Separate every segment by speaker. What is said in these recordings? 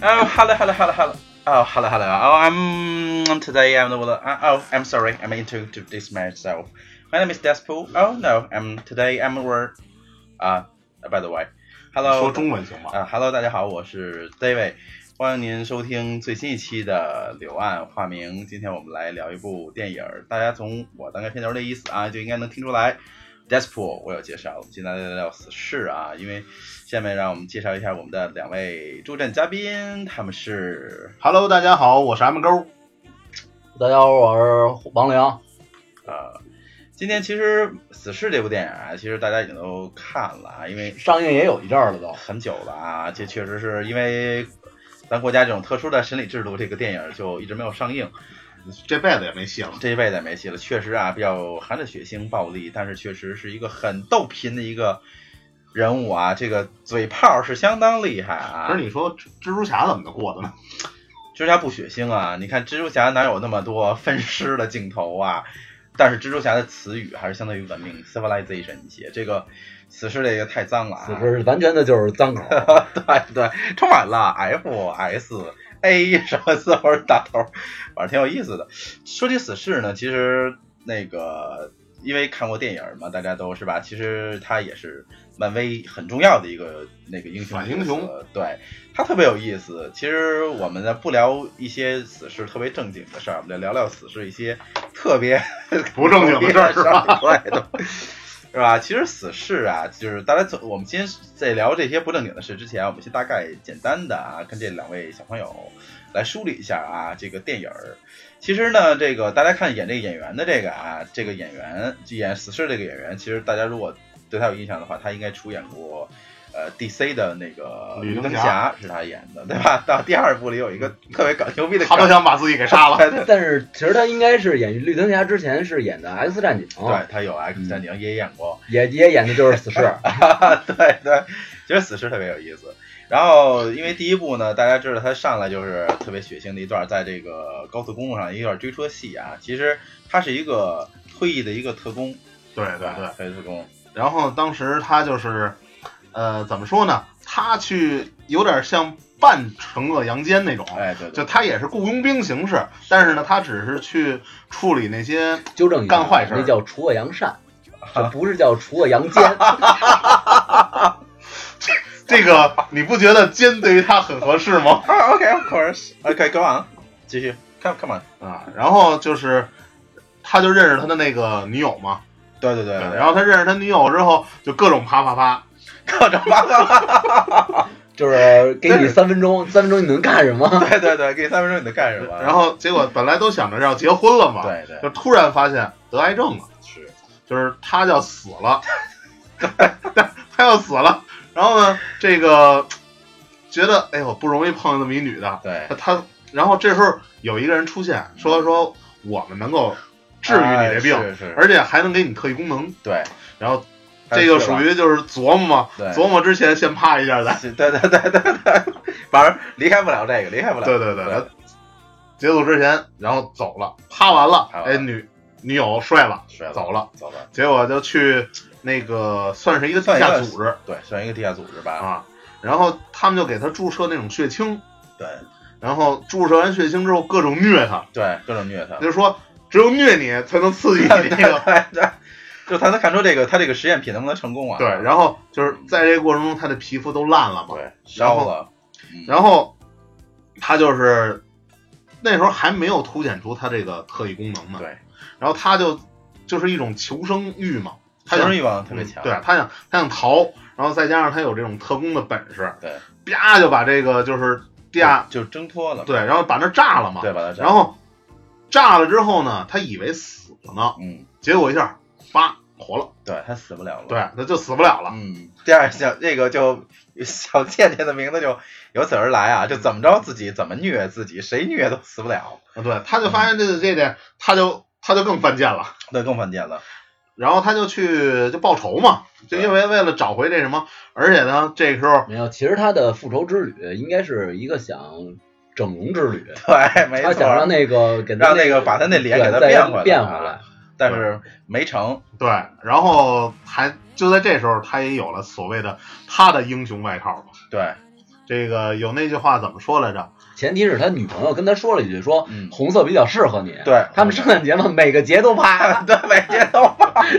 Speaker 1: Oh, hello, hello, hello, hello. Oh, hello, hello. Oh, I'm today. I'm the. uh, Oh, I'm sorry. I'm into to this myself. My name is Despool. Oh no, I'm today. I'm where. 啊、b y the way,
Speaker 2: 说
Speaker 1: hello.
Speaker 2: 中文行吗？
Speaker 1: 啊哈喽，大家好，我是 David，欢迎您收听最新一期的《柳暗花明》。今天我们来聊一部电影儿，大家从我大概片头的意思啊，就应该能听出来。Despool，我有介绍了，我们今天来聊聊死侍啊，因为下面让我们介绍一下我们的两位助阵嘉宾，他们是
Speaker 2: Hello，大家好，我是 M 勾。
Speaker 3: 大家好，我是王良。
Speaker 1: 呃，今天其实死侍这部电影啊，其实大家已经都看了啊，因为
Speaker 3: 上映也有一阵儿了都，
Speaker 1: 很久了啊，这确实是因为咱国家这种特殊的审理制度，这个电影就一直没有上映，
Speaker 2: 这辈子也没戏了。
Speaker 1: 这一辈子也没戏了。确实啊，比较含着血腥暴力，但是确实是一个很逗贫的一个人物啊，这个嘴炮是相当厉害
Speaker 2: 可
Speaker 1: 啊
Speaker 2: 是。你说蜘蜘蛛侠怎么就过的呢？
Speaker 1: 蜘蛛侠不血腥啊，你看蜘蛛侠哪有那么多分尸的镜头啊？但是蜘蛛侠的词语还是相当于文明 civilization 一些，这个死侍这个太脏了啊。
Speaker 3: 此时完全的就是脏口。
Speaker 1: 对对，充满了 F S A 什么字或者打头，反正挺有意思的。说起死侍呢，其实那个因为看过电影嘛，大家都是吧，其实他也是漫威很重要的一个那个英雄
Speaker 2: 反英雄
Speaker 1: 角色，对他特别有意思。其实我们呢不聊一些死侍特别正经的事儿，我们就聊聊死侍一些特别
Speaker 2: 不正经的事儿是吧？
Speaker 1: 对的， 是吧？其实死侍啊，就是大家从我们今天在聊这些不正经的事之前，我们先大概简单的啊，跟这两位小朋友来梳理一下啊，这个电影儿。其实呢，这个大家看演这个演员的这个啊，这个演员演死侍这个演员，其实大家如果对他有印象的话，他应该出演过。呃，DC 的那个
Speaker 2: 绿灯
Speaker 1: 灯
Speaker 2: 侠嗯
Speaker 1: 侠是他演的，对吧？到第二部里有一个特别搞牛逼的
Speaker 2: 他
Speaker 1: 梗，
Speaker 2: 都想把自己给 杀了。
Speaker 1: 对对
Speaker 3: 但是其实他应该是演绿灯侠之前是演的 X 战警，
Speaker 1: 对，他有啊 X 战警也演过，
Speaker 3: 也也演的就是 死侍。
Speaker 1: 对对，觉得死侍特别有意思。然后，因为第一部呢，大家知道他上来就是特别血腥的一段，在这个高速公路上一段追车戏啊。其实他是一个退役的一个特工，
Speaker 2: 对对
Speaker 1: 吧
Speaker 2: 对。啊
Speaker 1: 退役特工，
Speaker 2: 然后当时他就是，呃，怎么说呢？他去有点像半惩恶扬奸那种。
Speaker 1: 哎，对
Speaker 2: 就
Speaker 1: 对，
Speaker 2: 他也是雇佣兵形式，但是呢，他只是去处理那些
Speaker 3: 纠正一下，啊
Speaker 2: 干坏事儿
Speaker 3: 那叫除恶扬 善，这不是叫除恶扬奸。
Speaker 2: 这个，你不觉得奸对于他很合适吗？
Speaker 1: 啊，OK，of course，OK，go on，继续，come come on，
Speaker 2: 啊，然后就是，他就认识他的那个女友嘛，
Speaker 1: 对对对，
Speaker 2: 然后他认识他女友之后，就各种啪啪啪，
Speaker 1: 各种八卦，
Speaker 3: 就是给
Speaker 2: 但
Speaker 3: 你
Speaker 2: 是
Speaker 3: 三分钟，三分钟你能干什么？
Speaker 1: 对对对，给你三分钟你能干什么？
Speaker 2: 然后结果本来都想着要结婚了嘛，
Speaker 1: 对对
Speaker 2: 就突然发现得癌症了，
Speaker 1: 是，
Speaker 2: 就是他要死 了，他要死了，然后呢，这个觉得哎呦不容易碰见这么一女的，
Speaker 1: 对，
Speaker 2: 他，然后这时候有一个人出现，说说我们能够治愈你这病，
Speaker 1: 哎是是，
Speaker 2: 而且还能给你特异功能，
Speaker 1: 对，
Speaker 2: 然后这就属于就是琢磨嘛，
Speaker 1: 对
Speaker 2: 琢磨之前先啪一下再，
Speaker 1: 对对对对对， 反正离开不了这个，离开不了，
Speaker 2: 对对对，然后结束之前，然后走了，啪完了，
Speaker 1: 啪完了
Speaker 2: 哎，女女友睡了，
Speaker 1: 是啊
Speaker 2: 走了，
Speaker 1: 走了，
Speaker 2: 结果就去那个算是一个地下组织
Speaker 1: 对，算一个地下组织吧，
Speaker 2: 啊，然后他们就给他注射那种血清，
Speaker 1: 对
Speaker 2: 然后注射完血清之后各种虐他，
Speaker 1: 对，各种虐他，
Speaker 2: 就是说只有虐你才能刺激你这个。
Speaker 1: 就才能看出这个他这个实验品能不能成功啊？
Speaker 2: 对，然后就是在这个过程中，他的皮肤都烂了嘛，
Speaker 1: 对烧了，
Speaker 2: 然后他就是那时候还没有凸显出他这个特异功能呢。
Speaker 1: 对，
Speaker 2: 然后他就就是一种求生欲嘛，他
Speaker 1: 求
Speaker 2: 想
Speaker 1: 生欲望特别强，
Speaker 2: 嗯对他想他想逃，然后再加上他有这种特工的本事，
Speaker 1: 对，
Speaker 2: 啪就把这个就是地下
Speaker 1: 就挣脱了，
Speaker 2: 对，然后把那炸了嘛，
Speaker 1: 对，把它炸
Speaker 2: 然后炸了之后呢，他以为死了呢，
Speaker 1: 嗯，
Speaker 2: 结果一下叭活了，
Speaker 1: 对他死不了了，，
Speaker 2: 对，他就死不了了。
Speaker 1: 嗯， 这样小这个就小倩倩的名字就由此而来啊，就怎么着自己怎么虐自己，谁虐都死不了，
Speaker 2: 啊，对，他就发现这个这点，他就他就更犯贱了，
Speaker 1: 那更犯贱了，
Speaker 2: 然后他就去就报仇嘛，就
Speaker 1: 对
Speaker 2: 因为为了找回这什么，而且呢，这个时候
Speaker 3: 没有，其实他的复仇之旅应该是一个想整容之旅，
Speaker 1: 对，没
Speaker 3: 他
Speaker 1: 错
Speaker 3: 想，让那个给他
Speaker 1: 让那个把他那脸给他
Speaker 3: 对再
Speaker 1: 变回来
Speaker 3: 变
Speaker 1: 啊
Speaker 3: 回来。
Speaker 1: 但是没成，
Speaker 2: 对，然 后还就在这时候，他也有了所谓的他的英雄外号嘛，
Speaker 1: 对，
Speaker 2: 这个有那句话怎么说来着？
Speaker 3: 前提是他女朋友跟他说了一句，说
Speaker 1: 嗯，
Speaker 3: 红色比较适合你。
Speaker 1: 对，
Speaker 3: 他们圣诞节嘛，每个节 都啪，
Speaker 1: 对每天都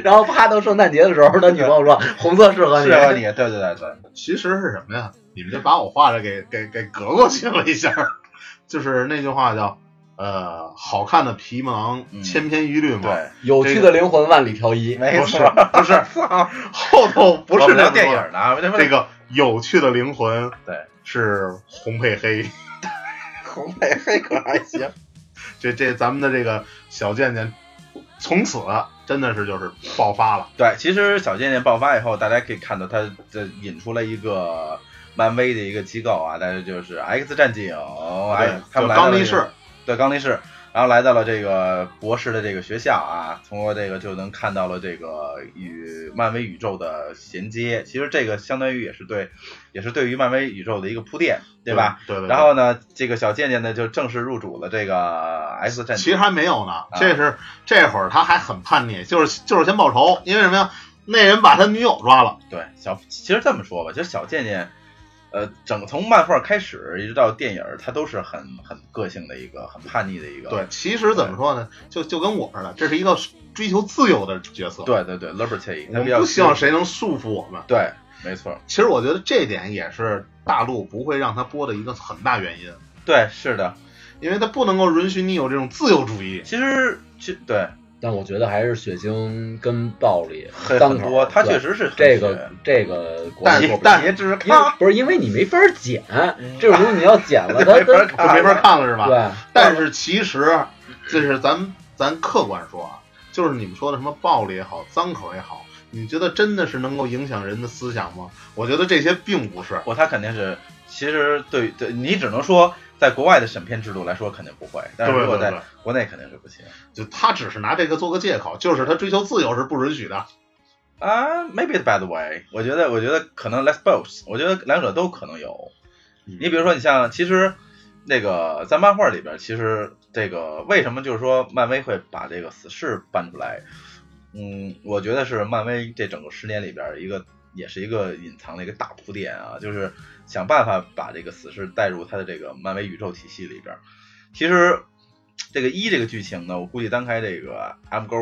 Speaker 3: 然后啪到圣诞节的时候，他女朋 友说红色适合你
Speaker 1: 适。合啊你，对对对对，
Speaker 2: 其实是什么呀？你们就把我画的给给给隔过去了一下儿，就是那句话叫呃，好看的皮囊
Speaker 1: 嗯
Speaker 2: 千篇一律嘛。
Speaker 1: 对，
Speaker 3: 有趣的灵魂万里挑一。
Speaker 1: 没
Speaker 2: 不是
Speaker 1: 错，
Speaker 2: 不是，后头不
Speaker 1: 我
Speaker 2: 是
Speaker 1: 们聊
Speaker 2: 那
Speaker 1: 电影儿呢， 这
Speaker 2: 这个有趣的灵魂，
Speaker 1: 对，
Speaker 2: 是红配黑。
Speaker 1: 红配黑可还行，
Speaker 2: 这这咱们的这个小贱贱，从此真的是就是爆发了。
Speaker 1: 对，其实小贱贱爆发以后，大家可以看到它这引出了一个漫威的一个机构啊，但是就是 X 战警，哎
Speaker 2: 对，
Speaker 1: 他们
Speaker 2: 就
Speaker 1: 来到了
Speaker 2: 刚力
Speaker 1: 这个
Speaker 2: 士，
Speaker 1: 对，刚力士，然后来到了这个博士的这个学校啊，通过这个就能看到了这个与漫威宇宙的衔接。其实这个相当于也是对，也是对于漫威宇宙的一个铺垫，对吧？？
Speaker 2: 嗯对对。对
Speaker 1: 然后呢，这个小贱贱呢就正式入主了这个 X 战
Speaker 2: 其
Speaker 1: 警。
Speaker 2: 实还没有呢，
Speaker 1: 啊
Speaker 2: 这是这会儿他还很叛逆，就是就是先报仇，因为什么呀？那人把他女友抓了，
Speaker 1: 对，小其实这么说吧，就是小贱贱，呃，整个从漫画开始一直到电影，他都是很很个性的一个，很叛逆的一个。
Speaker 2: 对，其实怎么说呢，就就跟我似的，这是一个追求自由的角色，
Speaker 1: 对对对，liberty，他
Speaker 2: 我
Speaker 1: 比
Speaker 2: 们
Speaker 1: 较
Speaker 2: 不希望谁能束缚我们。
Speaker 1: 对，没错。
Speaker 2: 其实我觉得这点也是大陆不会让他播的一个很大原因，
Speaker 1: 对，是的，
Speaker 2: 因为他不能够允许你有这种自由主义。
Speaker 1: 其实其对，
Speaker 3: 但我觉得还是血腥跟暴力
Speaker 1: 很
Speaker 3: 当
Speaker 1: 很
Speaker 3: 口
Speaker 1: 多，他
Speaker 3: 对
Speaker 1: 确实是很
Speaker 3: 这
Speaker 1: 血
Speaker 3: 个这个国
Speaker 2: 但
Speaker 3: 内做不了
Speaker 1: 但别啊只是
Speaker 3: 因为
Speaker 1: 看，
Speaker 3: 不是因为你没法剪嗯这种东西，你要剪 了它
Speaker 1: 没法啊
Speaker 3: 它
Speaker 2: 就没法看了是吧？
Speaker 3: 对，
Speaker 2: 但是其实，这是咱咱客观说啊，就是你们说的什么暴力也好，脏口也好，你觉得真的是能够影响人的思想吗？我觉得这些并不是。
Speaker 1: 我他肯定是，其实对对，你只能说在国外的审片制度来说肯定不会，但
Speaker 2: 对
Speaker 1: 是如
Speaker 2: 对
Speaker 1: 果
Speaker 2: 对，
Speaker 1: 在
Speaker 2: 对
Speaker 1: 国内肯定是不行
Speaker 2: 就他只是拿这个做个借口，就是他追求自由是不允许的。
Speaker 1: 啊。Maybe by the way，我觉得我觉得可能 let's both，我觉得两者都可能有。你比如说，你像其实那个在漫画里边，其实这个为什么就是说漫威会把这个死侍搬出来？嗯，我觉得是漫威这整个十年里边一个也是一个隐藏的一个大铺垫啊，就是想办法把这个死侍带入他的这个漫威宇宙体系里边。其实这个一这个剧情呢，我估计单开这个 M 勾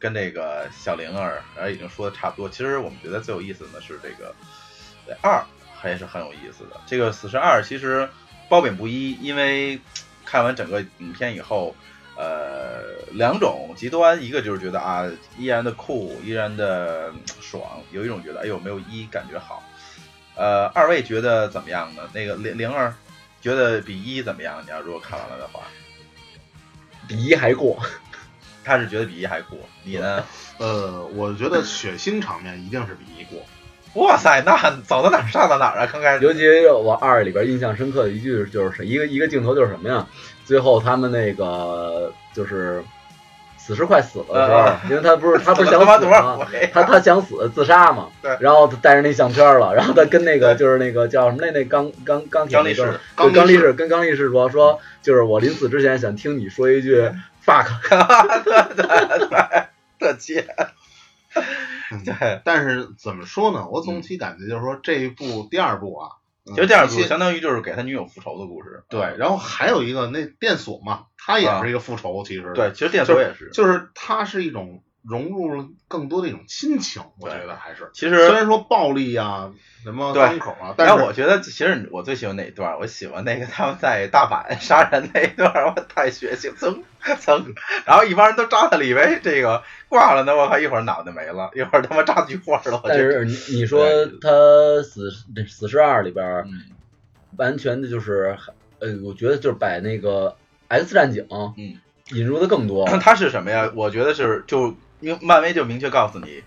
Speaker 1: 跟这个小灵儿，呃，已经说的差不多。其实我们觉得最有意思的是这个呃二，还是很有意思的。这个死侍二其实褒贬不一，因为看完整个影片以后。呃，两种极端，一个就是觉得啊，依然的酷，依然的嗯爽，有一种觉得哎呦没有一感觉好。呃，二位觉得怎么样呢？那个零零二觉得比一怎么样？你要如果看完了的话，
Speaker 3: 比一还过。
Speaker 1: 他是觉得比一还酷，你呢？
Speaker 2: 呃，我觉得血腥场面一定是比一过。
Speaker 1: 哇塞，那走到哪儿上到哪儿啊？刚开始
Speaker 3: 尤其我二里边印象深刻的一句就是一个一个镜头就是什么呀？最后他们那个就是死士快死了的时
Speaker 1: 啊
Speaker 3: 候，因为他不是他不 是
Speaker 1: 走了
Speaker 3: 想
Speaker 1: 他妈
Speaker 3: 死
Speaker 1: 多
Speaker 3: 啊
Speaker 1: 少
Speaker 3: 吗？
Speaker 1: 回？
Speaker 3: 他他想死自杀嘛
Speaker 1: 对，
Speaker 3: 然后他带着那项圈了，然后他跟那个就是那个叫什么来那钢钢钢铁
Speaker 1: 张力
Speaker 3: 那哥们儿
Speaker 1: 士，
Speaker 3: 对
Speaker 2: 刚
Speaker 3: 刚
Speaker 2: 力
Speaker 3: 力士跟刚力士说说，就是我临死之前想听你说一句 fuck，
Speaker 1: 特贱。对，
Speaker 2: 但是怎么说呢？我总体感觉就是说这一部第二部啊，嗯
Speaker 1: 其实第二部
Speaker 2: 一些
Speaker 1: 相当于嗯就是给他女友复仇的故事。
Speaker 2: 对，然后还有一个那电锁嘛，它也是一个复仇，其实
Speaker 1: 对，其实电锁也是。
Speaker 2: 就是它是一种融入了更多的一种亲情，我觉得还是
Speaker 1: 其
Speaker 2: 虽
Speaker 1: 实，
Speaker 2: 然说暴力啊什么
Speaker 1: 对
Speaker 2: 伤口啊，但
Speaker 1: 但
Speaker 2: 是
Speaker 1: 我觉得其实我最喜欢哪一段？我喜欢那个他们在大阪 杀人那一段，我太血腥，噌噌，然后一帮人都扎他了，以为这个挂了呢，我靠，一会儿脑袋没了，一会儿他妈扎菊花了，我
Speaker 3: 但
Speaker 1: 觉得。
Speaker 3: 是你你说他死死侍二里边儿
Speaker 1: 嗯
Speaker 3: 完全的就是，呃，我觉得就是把那个 X 战警，
Speaker 1: 嗯，
Speaker 3: 引入的 更多。
Speaker 1: 它是什么呀？我觉得是就明漫威就明确告诉你，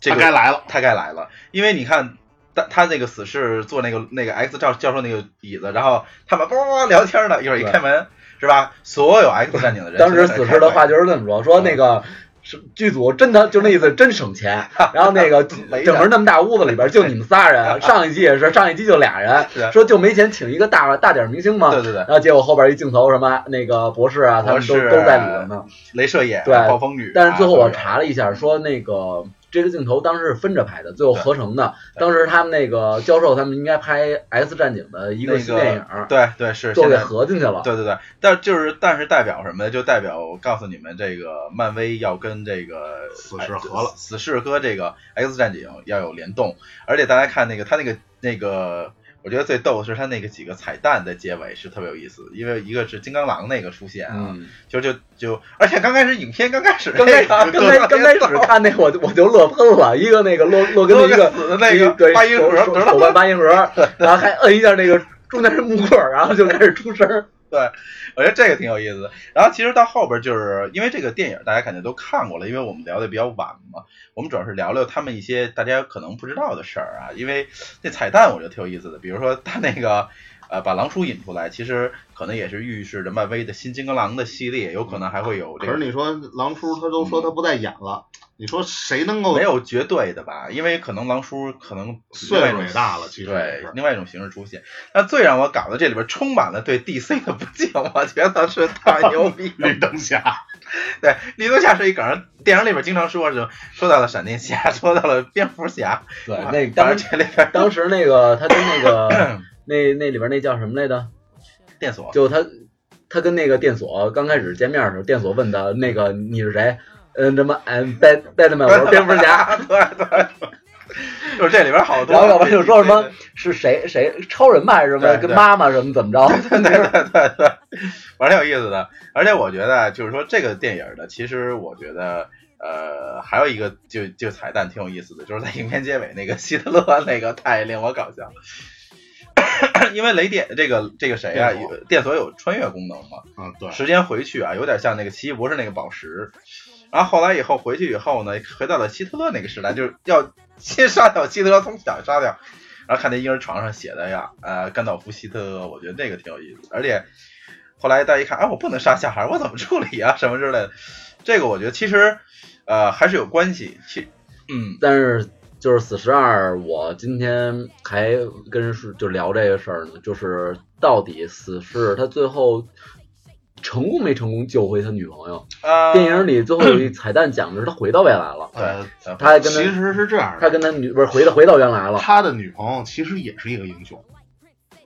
Speaker 1: 这
Speaker 2: 它
Speaker 1: 个
Speaker 2: 该来了，
Speaker 1: 他该来了，因为你看。他他那个死侍坐那个那个 X 教教授那个椅子，然后他们叭叭叭聊天呢，一会儿一
Speaker 3: 对
Speaker 1: 开门是吧？所有 X 战警的人
Speaker 3: 当时死侍的话
Speaker 1: 就
Speaker 3: 就是这么说，说那个是剧组真的就那意思真省钱， 然后那个
Speaker 1: 没
Speaker 3: 整个那么大屋子里边就你们仨人，上一季也是上一季就俩人
Speaker 1: 是，
Speaker 3: 说就没钱请一个大大点儿明星嘛。
Speaker 1: 对对对，
Speaker 3: 然后结果后边一镜头什么那个博士啊，他
Speaker 1: 博
Speaker 3: 们
Speaker 1: 士
Speaker 3: 都都在里头呢。
Speaker 1: 镭射眼、
Speaker 3: 对
Speaker 1: 暴风雨啊，
Speaker 3: 但是最后我
Speaker 1: 都有
Speaker 3: 查了一下，说那个。这个镜头当时是分着拍的，最后
Speaker 1: 对
Speaker 3: 合成的。
Speaker 1: 对
Speaker 3: 当时他们那个教授他们应该拍《X 战警》的一
Speaker 1: 那
Speaker 3: 个
Speaker 1: 个
Speaker 3: 新电影，
Speaker 1: 对对是
Speaker 3: 最
Speaker 1: 现
Speaker 3: 后给
Speaker 1: 在。
Speaker 3: 合进去了。嗯
Speaker 1: 对对对，但就是但是代表什么呢？就代表我告诉你们，这个漫威要跟这个
Speaker 2: 死侍合了，
Speaker 1: 哎死侍和这个 X 战警要有联动，而且大家看那个他那个那个。我觉得最逗的是他那个几个彩蛋的结尾是特别有意思，因为一个是金刚狼那个出现啊，
Speaker 3: 嗯，
Speaker 1: 就就就，而且刚开始影片刚开始
Speaker 3: 刚开
Speaker 1: 那
Speaker 3: 始
Speaker 1: 个
Speaker 3: 刚开刚开始看那我就我就乐喷了，一个那个洛洛根的
Speaker 1: 跟
Speaker 3: 一个
Speaker 1: 死的那
Speaker 3: 一对
Speaker 1: 个八音盒
Speaker 3: 手手
Speaker 1: 得
Speaker 3: 手
Speaker 1: 了，
Speaker 3: 腕八音盒，然后还摁一下那个中间是木棍儿，然后就开始出声儿。
Speaker 1: 我觉得这个挺有意思的。然后其实到后边就是因为这个电影大家肯定都看过了，因为我们聊的比较晚嘛，我们主要是聊聊他们一些大家可能不知道的事儿啊。因为那彩蛋我觉得挺有意思的，比如说他那个呃把狼叔引出来，其实可能也是预示着漫威的新金刚狼的系列有可能还会有这
Speaker 2: 可是
Speaker 1: 个。嗯
Speaker 2: 你说狼叔他都说他不再演了，你说谁能够
Speaker 1: 没有绝对的吧，因为可能狼叔可能
Speaker 2: 岁数也大了，其实
Speaker 1: 对
Speaker 2: 是，
Speaker 1: 另外一种形式出现。那最让我感到这里边充满了对 DC 的不敬，我觉得是太牛逼了。
Speaker 2: 绿灯侠，
Speaker 1: 对，绿灯侠是一梗，电影里边经常说是说到了闪电侠，说到了蝙蝠侠，
Speaker 3: 对
Speaker 1: 啊
Speaker 3: 那
Speaker 1: 当
Speaker 3: 当
Speaker 1: 然
Speaker 3: 时
Speaker 1: 这里边
Speaker 3: 当时那个他跟 那个那那里边那叫什么来着？
Speaker 1: 电锁
Speaker 3: 就他他跟那个电锁刚开始见面的时候，电锁问他那个你是谁？嗯，什么 I'm Bat Batman，我是蝙蝠侠。
Speaker 1: 啊，对对，就是这里边好多，
Speaker 3: 然后要不然就说什么是谁谁超人吧还是什么
Speaker 1: 对对
Speaker 3: 跟妈妈什么怎么 着？
Speaker 1: 玩挺有意思的。而且我觉得，就是说这个电影的，其实我觉得，呃，还有一个就就彩蛋挺有意思的，就是在影片结尾那个希特勒那个太令我搞笑了， 因为雷电这个这个谁啊，
Speaker 2: 电
Speaker 1: 有电锁有穿越功能嘛，
Speaker 2: 嗯，对，
Speaker 1: 时间回去啊，有点像那个奇异博士那个宝石。然后后来以后回去以后呢，回到了希特勒那个时代，就是要先杀掉希特勒，从小杀掉。然后看那婴儿床上写的呀，呃，甘道夫希特勒，我觉得那个挺有意思。而且后来大家一看，哎，我不能杀小孩，我怎么处理啊，什么之类的。这个我觉得其实呃还是有关系。其嗯，
Speaker 3: 但是就是死十二，我今天还跟人说就聊这个事儿呢，就是到底死侍他最后成功没成功救回他女朋友？
Speaker 1: 呃，
Speaker 3: 电影里最后有一彩蛋讲的是他回到未来了，
Speaker 2: 呃，
Speaker 1: 对，
Speaker 3: 他还跟
Speaker 2: 其
Speaker 3: 他
Speaker 2: 实是这样
Speaker 3: 他
Speaker 2: 的，
Speaker 3: 跟他女不是回到回到原来了，
Speaker 2: 他的女朋友其实也是一个英雄，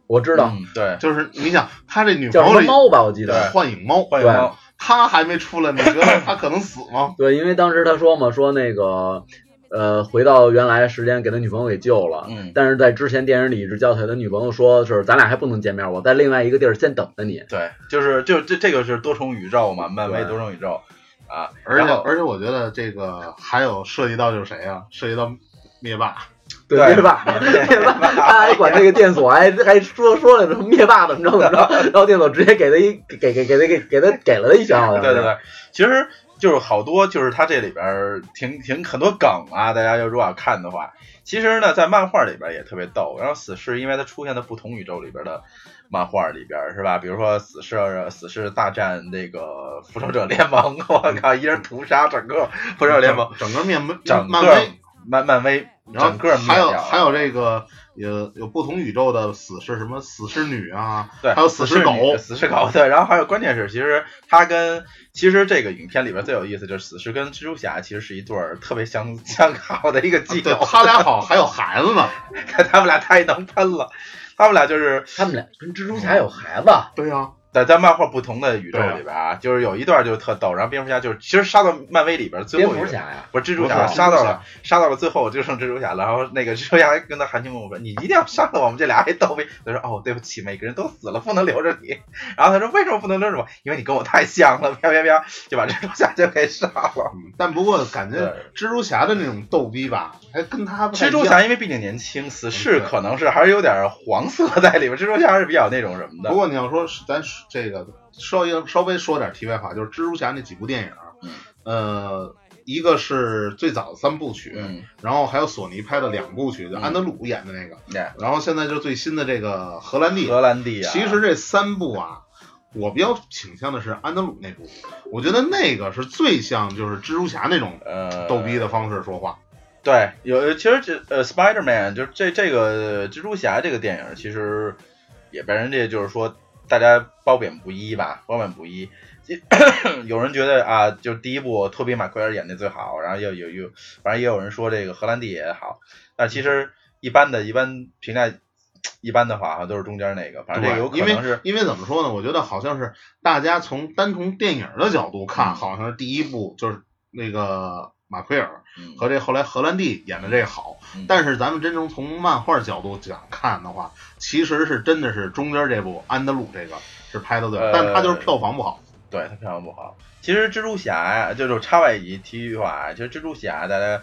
Speaker 3: 我知道
Speaker 1: 嗯对，
Speaker 2: 就是你想他这女朋
Speaker 3: 叫什
Speaker 2: 友
Speaker 3: 么
Speaker 2: 里
Speaker 3: 猫吧，我记
Speaker 1: 对
Speaker 3: 得。
Speaker 2: 幻影猫，
Speaker 1: 欢迎猫，
Speaker 2: 他还没出来呢， 你觉得他可能死吗？
Speaker 3: 对，因为当时他说嘛，说那个，呃，回到原来时间给他女朋友给救了，
Speaker 1: 嗯
Speaker 3: 但是在之前电影里一直叫他，他女朋友说是咱俩还不能见面，我在另外一个地儿先等着你。
Speaker 1: 对，就是就这这个是多重宇宙嘛，漫威
Speaker 3: 对
Speaker 1: 多重宇宙啊，
Speaker 2: 而
Speaker 1: 然
Speaker 2: 且
Speaker 1: 后
Speaker 2: 而且我觉得这个还有涉及到就是谁啊？涉及到灭霸，
Speaker 3: 对
Speaker 1: 对
Speaker 3: 灭霸，灭霸，他还管那个电锁，还还说说了什么灭霸怎么着怎么着， 然后电锁直接给他一给给给他给给他给了他一拳，好像是
Speaker 1: 对对对，其实就是好多，就是它这里边儿挺挺很多梗啊，大家要如果要看的话，其实呢，在漫画里边儿也特别逗。然后死侍，因为它出现在不同宇宙里边儿的漫画里边儿，是吧？比如说死侍，啊死侍大战那个复仇者联盟， 我靠，一人屠杀整个复仇者联盟，
Speaker 2: 整个面漫
Speaker 1: 整个
Speaker 2: 漫威，
Speaker 1: 漫漫威
Speaker 2: 然
Speaker 1: 整
Speaker 2: 后
Speaker 1: 个
Speaker 2: 还有
Speaker 1: 灭掉
Speaker 2: 还有这个有有不同宇宙的死侍，什么死侍女啊，
Speaker 1: 对，
Speaker 2: 还有
Speaker 1: 死
Speaker 2: 死尸狗
Speaker 1: 女死尸狗对，然后还有关键是，其实他跟其实这个影片里边最有意思就是死尸跟蜘蛛侠其实是一对儿特别相相好的一个基
Speaker 2: 啊对
Speaker 1: 友，
Speaker 2: 他俩好，还有孩子呢，
Speaker 1: 他们俩太能喷了，他们俩就是
Speaker 3: 他们俩跟蜘蛛侠有孩子，
Speaker 2: 对呀，
Speaker 1: 在在漫画不同的宇宙里边啊，就是有一段就是特逗，然后蝙蝠侠就是其实杀到漫威里边最
Speaker 3: 蝙
Speaker 1: 后一
Speaker 3: 蝠
Speaker 1: 个
Speaker 3: 侠呀，
Speaker 1: 不是蜘蛛
Speaker 2: 不
Speaker 1: 侠
Speaker 2: 是
Speaker 1: 杀到了杀到了最后就剩蜘蛛侠了，然后那个蜘蛛侠还跟他含情脉脉说：“你一定要杀了我们这俩还逗逼。”他说：“哦，对不起，每个人都死了，不能留着你。”然后他说：“为什么不能留着我？因为你跟我太像了。”啪啪啪，就把蜘蛛侠就给杀了。
Speaker 2: 嗯但不过感觉
Speaker 1: 对
Speaker 2: 蜘蛛侠的那种逗逼吧，还跟他不太
Speaker 1: 蜘蛛
Speaker 2: 一样
Speaker 1: 侠因为毕竟年轻，死侍可能是还是有点黄色在里边，蜘蛛侠还是比较那种什么的
Speaker 2: 不。过你要说是咱是这个稍微稍微说点题外话，就是蜘蛛侠那几部电影，
Speaker 1: 嗯
Speaker 2: 呃，一个是最早的三部曲，
Speaker 1: 嗯，
Speaker 2: 然后还有索尼拍的两部曲，就安德鲁演的那个，
Speaker 1: 对，
Speaker 2: 然后现在就是最新的这个荷兰弟。
Speaker 1: 荷兰弟啊，
Speaker 2: 其实这三部啊，我比较倾向的是安德鲁那部，我觉得那个是最像就是蜘蛛侠那种
Speaker 1: 呃，
Speaker 2: 逗逼的方式说话。
Speaker 1: 对，有其实这呃，Spider Man 就是这这个蜘蛛侠这个电影，其实也被人家就是说大家褒贬不一吧，褒贬不一。 有人觉得啊，就是第一部托比马奎尔演的最好，然后又有有，反正也有人说这个荷兰弟也好，但其实一般的一般评价一般的话，好像都是中间那个，反正这个有可
Speaker 2: 因
Speaker 1: 能
Speaker 2: 为
Speaker 1: 是
Speaker 2: 因为怎么说呢？我觉得好像是大家从单从电影的角度
Speaker 1: 嗯
Speaker 2: 看，好像是第一部就是那个马奎尔
Speaker 1: 嗯
Speaker 2: 和这后来荷兰弟演的这个好，
Speaker 1: 嗯
Speaker 2: 但是咱们真正从漫画角度讲看的话，其实是真的是中间这部安德鲁这个是拍的最好，
Speaker 1: 呃
Speaker 2: 但是他就是票房不好。
Speaker 1: 对他票房不好。其实蜘蛛侠呀，就是插外一提一句话啊，其实蜘蛛侠大家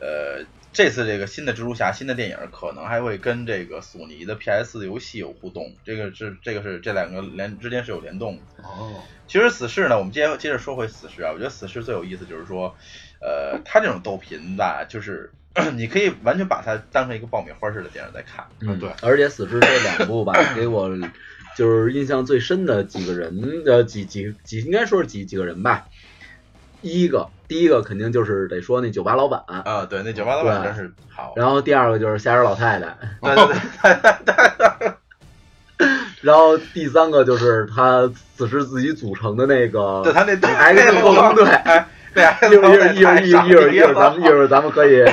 Speaker 1: 呃。这次这个新的蜘蛛侠新的电影可能还会跟这个索尼的 PS 游戏有互动，这个是这个是这两个连之间是有联动的。
Speaker 2: 哦，
Speaker 1: 其实死侍呢，我们接接着说回死侍啊，我觉得死侍最有意思就是说，呃，他这种逗贫吧，就是 你可以完全把它当成一个爆米花式的电影在看。
Speaker 3: 嗯，
Speaker 2: 对。
Speaker 3: 而且死侍这两部吧， 给我就是印象最深的几个人，呃，几几几，应该说是几几个人吧。第一个，第一个肯定就是得说那酒吧老板，
Speaker 1: 啊，对，那酒吧老板真是好，
Speaker 3: 然后第二个就是瞎人老太太，
Speaker 1: 对对对，
Speaker 3: 然后第三个就是他死侍自己组成的那个，
Speaker 1: 对他那对
Speaker 3: 还
Speaker 1: 那
Speaker 3: 是够 狼队。
Speaker 1: 哎，对，
Speaker 3: 一会儿一会儿一会儿一会儿一会儿咱们一会儿咱们可以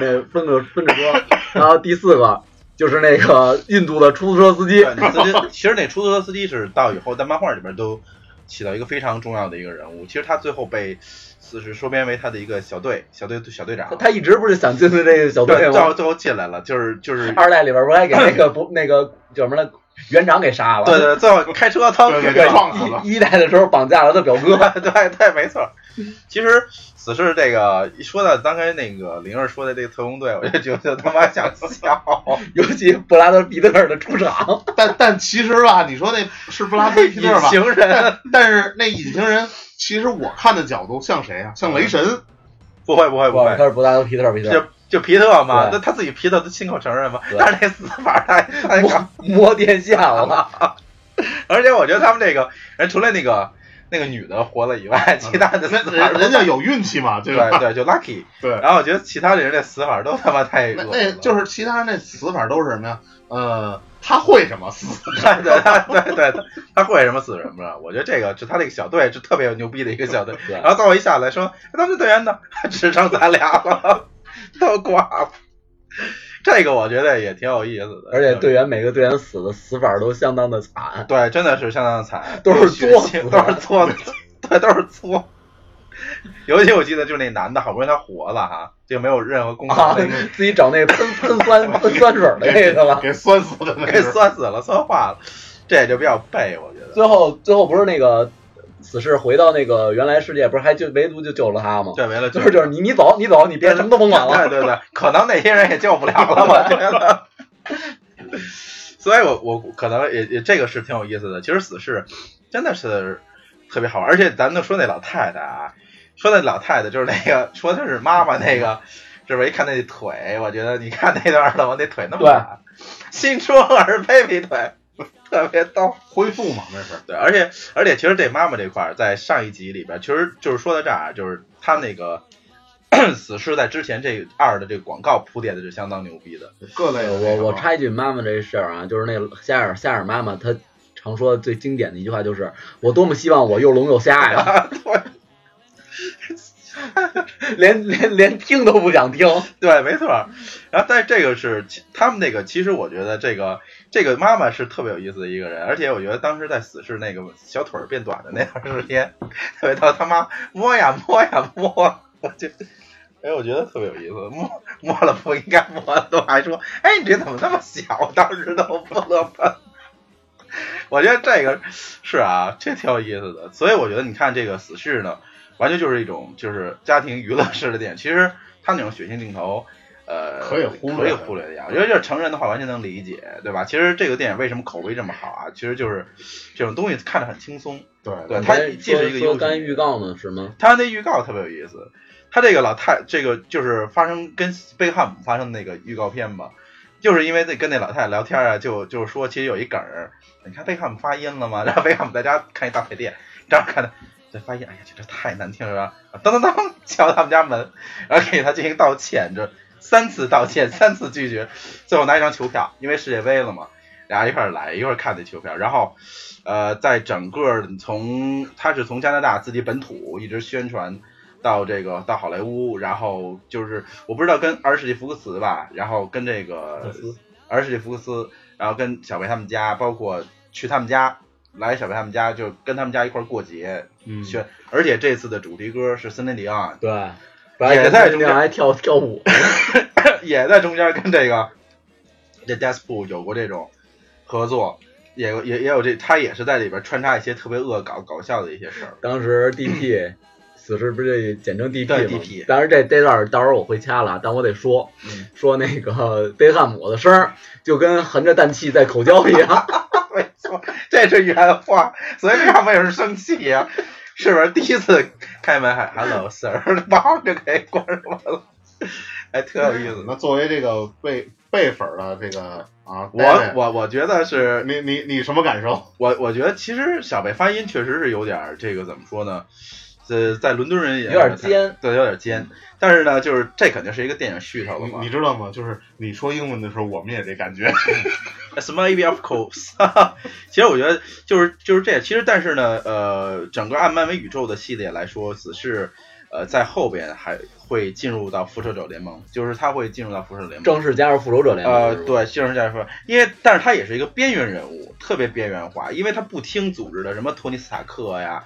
Speaker 3: 那分个分着说，然后第四个就是那个印度的出租车司机，
Speaker 1: 司机，其实那出租车司机是到以后在漫画里边都起到一个非常重要的一个人物。其实他最后被死侍收编为他的一个小队小队小队长，
Speaker 3: 他一直不是想进的这个小队
Speaker 1: 对，
Speaker 3: 吗
Speaker 1: 到？最后进来了，就是就是
Speaker 3: 二代里边不还给那个不那个叫什么来，园长给杀了？
Speaker 1: 对对，最后开车他们
Speaker 2: 对
Speaker 1: 给
Speaker 2: 对
Speaker 1: 撞
Speaker 2: 撞死了
Speaker 3: 一一代的时候绑架了他表哥，
Speaker 1: 对对，没错儿。
Speaker 3: 嗯
Speaker 1: 其实此事这个一说到刚才那个灵儿说的这个特工队，我就觉得他妈想笑。
Speaker 3: 尤其布拉德皮特的出场，
Speaker 2: 但但其实吧，你说那是布拉德皮特吧？
Speaker 1: 隐形人
Speaker 2: 但但是那隐形人，其实我看的角度像谁啊？像雷神。
Speaker 1: 不会不会不
Speaker 3: 哇，
Speaker 1: 会，
Speaker 3: 他是布拉德皮特皮
Speaker 1: 就
Speaker 3: 特，
Speaker 1: 就皮特嘛，那
Speaker 3: 对
Speaker 1: 他自己皮特都亲口承认嘛，
Speaker 3: 对
Speaker 1: 但是那死法太太搞
Speaker 3: 摸摸殿下了，
Speaker 1: 而且我觉得他们这个人除了那个那个女的活了以外，其他的死
Speaker 2: 那
Speaker 1: 法
Speaker 2: 嗯人
Speaker 1: 都
Speaker 2: 人家有运气嘛，对吧？
Speaker 1: 嗯对对就 lucky。
Speaker 2: 对
Speaker 1: 然后我觉得其他的人这死法都他妈太
Speaker 2: 那
Speaker 1: 恶
Speaker 2: 那就是是其他人那死法都是什么呀？呃，他会什么死？
Speaker 1: 对对对对，对他会什么死什么了。我觉得这个是他这个小队是特别牛逼的一个小 队。
Speaker 3: 对
Speaker 1: 然后到我一下来说，他们队员呢？只剩咱俩了， 都挂了。这个我觉得也挺有意思的，
Speaker 3: 而且队员每个队员死的死法都相当的惨，
Speaker 1: 对，真的是相当惨，
Speaker 3: 都是
Speaker 1: 有
Speaker 3: 作
Speaker 1: 血
Speaker 3: 死啊
Speaker 1: 腥都是作的，对，都是作。尤其我记得就是那男的，好不容易他活了哈，就没有任何功
Speaker 3: 啊
Speaker 1: 劳，那个，
Speaker 3: 自己找那喷喷酸喷酸水的那个了。
Speaker 2: 给酸死的那
Speaker 1: 给
Speaker 2: 个。
Speaker 1: 酸死了，酸化了，这也就比较背，我觉得。
Speaker 3: 最后最后不是那个死侍回到那个原来世界，不是还就唯独就救了他吗？
Speaker 1: 这为了
Speaker 3: 就是就是你你走你走，你别什么都甭管了。
Speaker 1: 嗯对对对，可能那些人也救不了了，我觉得。所以我，我可能也也这个是挺有意思的。其实死侍真的是特别好玩，而且咱们说那老太太啊，说那老太太就是那个说她是妈妈那个，这边一看那腿，我觉得你看那段儿了吗？那腿那么大，新出儿 baby 腿，特别逗。
Speaker 2: 恢复嘛，那是。
Speaker 1: 对，而且而且，其实这妈妈这块儿，在上一集里边，其实就是说到这儿啊，就是他那个 死侍在之前这二的这个广告铺垫的是相当牛逼的。
Speaker 2: 各类的那个
Speaker 3: 我我
Speaker 2: 嘛
Speaker 3: 插一句妈妈这事儿啊，就是那夏尔夏尔妈妈她常说的最经典的一句话就是我多么希望我又聋又瞎呀， 连连连听都不想听。
Speaker 1: 对，没错儿。然后，但是这个是其他们那个，其实我觉得这个这个妈妈是特别有意思的一个人，而且我觉得当时在死侍那个小腿儿变短的那段时间， 特别逗，他妈摸呀摸呀摸，我就。哎，我觉得特别有意思，摸摸了不应该摸的，都还说，哎，你这怎么那么小？当时都不乐喷。我觉得这个是啊，这挺有意思的。所以我觉得你看这个死侍呢，完全就是一种就是家庭娱乐式的电影。其实他那种血腥镜头，呃，
Speaker 2: 可以忽略
Speaker 1: 可以忽略掉。我觉得就是成人的话，完全能理解，对吧？其实这个电影为什么口碑这么好啊？其实就是这种东西看着很轻松。
Speaker 2: 对
Speaker 1: 对它既是一个
Speaker 3: 说
Speaker 1: 优
Speaker 3: 说
Speaker 1: 势
Speaker 3: 刚才预告呢是吗？
Speaker 1: 他那预告特别有意思，他这个老太这个就是发生跟贝克汉姆发生的那个预告片吧，就是因为那跟那老太太聊天啊，就就是说其实有一梗儿，你看贝克汉姆发音了吗？然后 贝克汉姆在家看一大排店，正好看到这发音，哎呀，这这太难听了，当当当敲他们家门，然后给他进行道歉，这三次道歉，三次拒绝，最后拿一张球票，因为世界杯了嘛。大家一块儿来一块儿看这纪录片儿，然后呃，在整个儿从他是从加拿大自己本土一直宣传到这个到好莱坞，然后就是我不知道跟二世纪福克斯吧，然后跟这个二世纪福克斯，然后跟小贝他们家，包括去他们家来小贝他们家，就跟他们家一块儿过节，
Speaker 2: 嗯，
Speaker 1: 宣，而且这次的主题歌是森林迪昂，
Speaker 3: 对，
Speaker 1: 嗯也在中间
Speaker 3: 那还跳跳舞，
Speaker 1: 也在中间跟这个这 d e s p o o 有过这种合作，也有也也有这，他也是在里边穿插一些特别恶搞搞笑的一些事儿。
Speaker 3: 当时 DP 死士不是简称 DP
Speaker 1: 对
Speaker 3: 吗
Speaker 1: DP
Speaker 3: 当然这这段儿到时候我会掐了，但我得说
Speaker 1: 嗯，
Speaker 3: 说那个 贝克汉姆的声儿就跟含着氮气在口交 一样。
Speaker 1: 没错， 这是原话，所以让没有人生气呀、是不是？第一次开门还 Hello sir，马上 就给关上门了，哎，特有 意思。
Speaker 2: 那作为这个贝贝粉儿的这个啊，
Speaker 1: 我我我觉得是
Speaker 2: David，你你你什么感受？
Speaker 1: 我我觉得其实小贝发音确实是有点儿这个怎么说呢？呃，在伦敦人也
Speaker 3: 有点尖，嗯
Speaker 1: 对，有点尖。但是呢，就是这肯定是一个电影噱头了
Speaker 2: 你
Speaker 1: 嘛
Speaker 2: 你。知道吗？就是你说英文的时候，我们也这感觉。
Speaker 1: As maybe of course，哈 哈其实我觉得就是就是这样。其实但是呢，呃，整个按漫威宇宙的系列来说，只是呃在后边还会进入到复仇者联盟，就是它会进入到复仇者联盟。
Speaker 3: 正式加入复仇者联盟。
Speaker 1: 呃，
Speaker 3: 是吧，
Speaker 1: 对，新人战说，因为但是他也是一个边缘人物，特别边缘化，因为他不听组织的什么托尼斯塔克呀，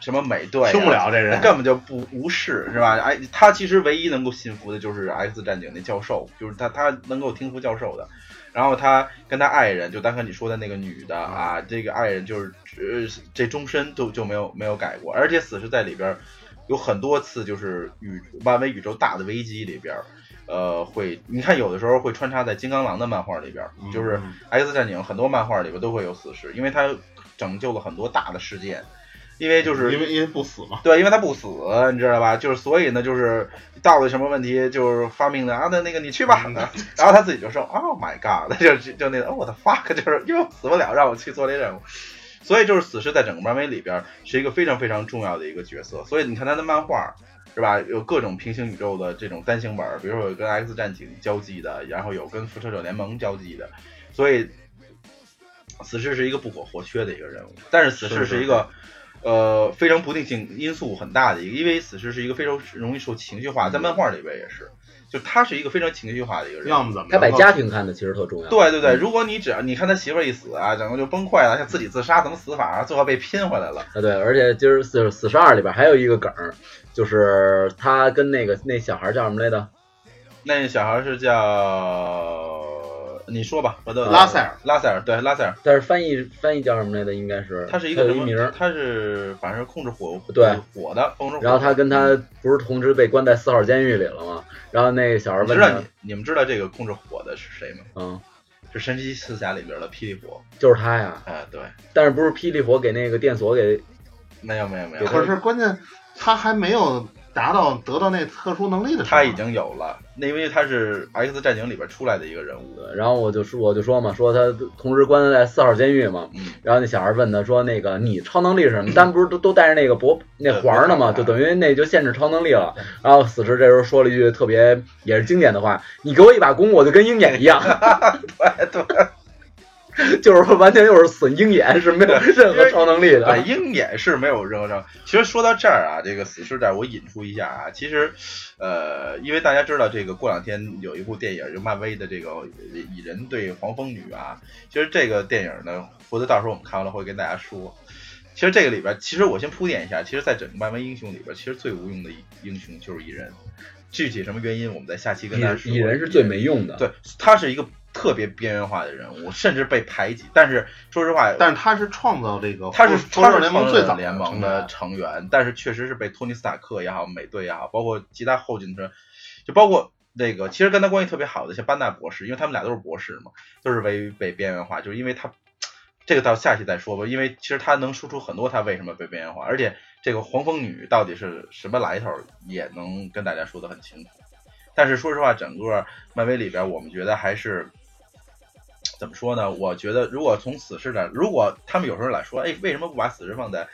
Speaker 1: 什么美队呀，啊
Speaker 2: 听不了这人
Speaker 1: 根本就不无视，是吧？哎，他其实唯一能够信服的就是 X 战警那教授，就是他他能够听服教授的。然后他跟他爱人，就刚才你说的那个女的啊，这个爱人就是呃这终身都就没有没有改过，而且死侍在里边儿有很多次就是宇漫威宇宙大的危机里边儿，呃，会你看有的时候会穿插在金刚狼的漫画里边儿，就是
Speaker 2: 嗯
Speaker 1: X 战警很多漫画里边都会有死侍，因为他拯救了很多大的事件，因为就是
Speaker 2: 因为因为不死嘛，
Speaker 1: 对，因为他不死，你知道吧？就是所以呢，就是到底什么问题，就是发明的啊，那那个你去吧。
Speaker 2: 嗯
Speaker 1: 然后他自己就说，Oh my god，就 就那个，哦我的 fuck，就是因为我死不了，让我去做这任务。所以就是死侍在整个漫威里边是一个非常非常重要的一个角色。所以你看他的漫画。是吧？有各种平行宇宙的这种单行本，比如说有跟 X 战警交际的，然后有跟复仇者联盟交际的，所以死侍是一个不可或缺的一个人物。但是死侍
Speaker 2: 是是
Speaker 1: 是一个呃非常不定性因素很大的一个，因为死侍是一个非常容易受情绪化，在漫画里边也是，就他是一个非常情绪化的一个人。
Speaker 2: 要么怎么着
Speaker 3: 他把家庭看的其实特重要。
Speaker 1: 对对对，
Speaker 3: 嗯
Speaker 1: 如果你只要你看他媳妇儿一死啊，整个就崩溃了，像自己自杀怎么死法啊，最后被拼回来了。
Speaker 3: 啊，对，而且今儿四四十二里边还有一个梗儿，就是他跟那个那小孩叫什么来着？
Speaker 1: 那小孩是叫你说吧，我都
Speaker 2: 拉塞尔，
Speaker 1: 拉塞尔对拉塞尔，
Speaker 3: 但是翻译翻译叫什么来着？应该是
Speaker 1: 他是一个
Speaker 3: 有
Speaker 1: 什
Speaker 3: 一
Speaker 1: 么
Speaker 3: 名儿。
Speaker 1: 他是反正是控制火
Speaker 3: 对
Speaker 1: 火的，控制火。
Speaker 3: 然后他跟他不是同时被关在四号监狱里了吗？然后那个小孩
Speaker 1: 你
Speaker 3: 问
Speaker 1: 知道
Speaker 3: 他
Speaker 1: 你，你们知道这个控制火的是谁吗？
Speaker 3: 嗯，
Speaker 1: 是神奇四侠里边的霹雳火。
Speaker 3: 就是他呀。
Speaker 1: 哎、对，
Speaker 3: 但是不是霹雳火给那个电锁给
Speaker 1: 没有没有没
Speaker 3: 对
Speaker 1: 有，
Speaker 2: 可是关键他还没有达到得到那特殊能力的时候，
Speaker 1: 他已经有了，那因为他是 X 战警里边出来的一个人物。
Speaker 3: 呃然后我就说我就说嘛，说他同时关在四号监狱嘛
Speaker 1: 嗯。
Speaker 3: 然后那小孩问他说：“那个你超能力是什么？咱不是都都带着那个脖那环儿呢吗？
Speaker 1: 对
Speaker 3: 就
Speaker 1: 脖
Speaker 3: 等于那就限制超能力了。”然后死侍这时候说了一句特别也是经典的话：“你给我一把弓，我就跟鹰眼一样。
Speaker 1: 对对，”
Speaker 3: 就是完全就是损鹰眼是没有任何超能力
Speaker 1: 对，
Speaker 3: 的。
Speaker 1: 鹰眼是没有任何障碍。其实说到这儿啊，这个死侍这儿我引出一下啊，其实，呃，因为大家知道这个过两天有一部电影，就漫威的这个呃蚁人对黄蜂女啊，其实这个电影呢，回头到时候我们看完了会跟大家说。其实这个里边，其实我先铺垫一下，其实，在整个漫威英雄里边，其实最无用的一英雄就是蚁人。具体什么原因，我们在下期跟大家说。
Speaker 3: 蚁蚁人是最没用的，
Speaker 1: 对，他是一个特别边缘化的人物，甚至被排挤。但是说实话，
Speaker 2: 但是他是创造这个
Speaker 1: 他是
Speaker 2: 复仇者
Speaker 1: 是
Speaker 2: 联盟最早
Speaker 1: 联盟
Speaker 2: 的
Speaker 1: 的成员，但是确实是被托尼斯塔克也好，美队也好，包括其他后进的，就包括那个其实跟他关系特别好的像班纳博士，因为他们俩都是博士嘛，都是被被边缘化，就是因为他这个到下期再说吧，因为其实他能说出很多他为什么被边缘化，而且这个黄蜂女到底是什么来头，也能跟大家说得很清楚。但是说实话，整个漫威里边，我们觉得还是怎么说呢？我觉得如果从死侍的，如果他们有时候来说，哎，为什么不把死侍放在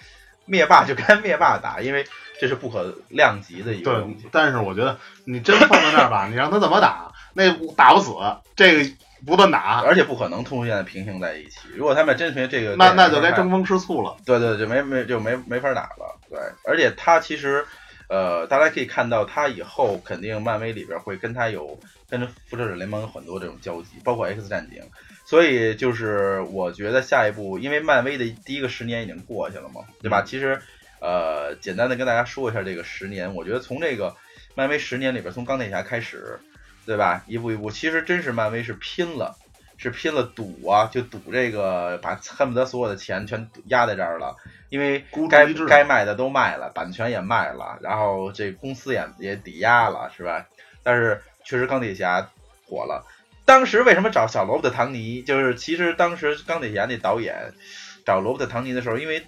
Speaker 1: 灭霸就跟灭霸打？因为这是不可量级的一个
Speaker 2: 对
Speaker 1: 东西，。
Speaker 2: 但是我觉得你真放在那儿吧，你让他怎么打？那打不死，这个不断打，
Speaker 1: 而且不可能通现在平行在一起。如果他们真平行这个，
Speaker 2: 那那就该
Speaker 1: 争。
Speaker 2: 争风吃醋了。
Speaker 1: 对对，就没没就没没法打了。对，而且他其实，呃，大家可以看到，他以后肯定漫威里边会跟他有跟复仇者联盟有很多这种交集，包括 X 战警。所以就是我觉得下一步，因为漫威的第一个十年已经过去了嘛，对吧？其实，呃，简单的跟大家说一下这个十年，我觉得从这个漫威十年里边，从钢铁侠开始，对吧？一步一步，其实真是漫威是拼了。是拼了赌啊，就赌这个，把恨不得所有的钱全压在这儿了，因为
Speaker 2: 孤注
Speaker 1: 该
Speaker 2: 一掷
Speaker 1: 该卖的都卖了，版权也卖了，然后这公司也也抵押了，是吧？但是确实钢铁侠火了。当时为什么找小罗伯特·唐尼？就是其实当时钢铁侠那导演找罗伯特·唐尼的时候，因为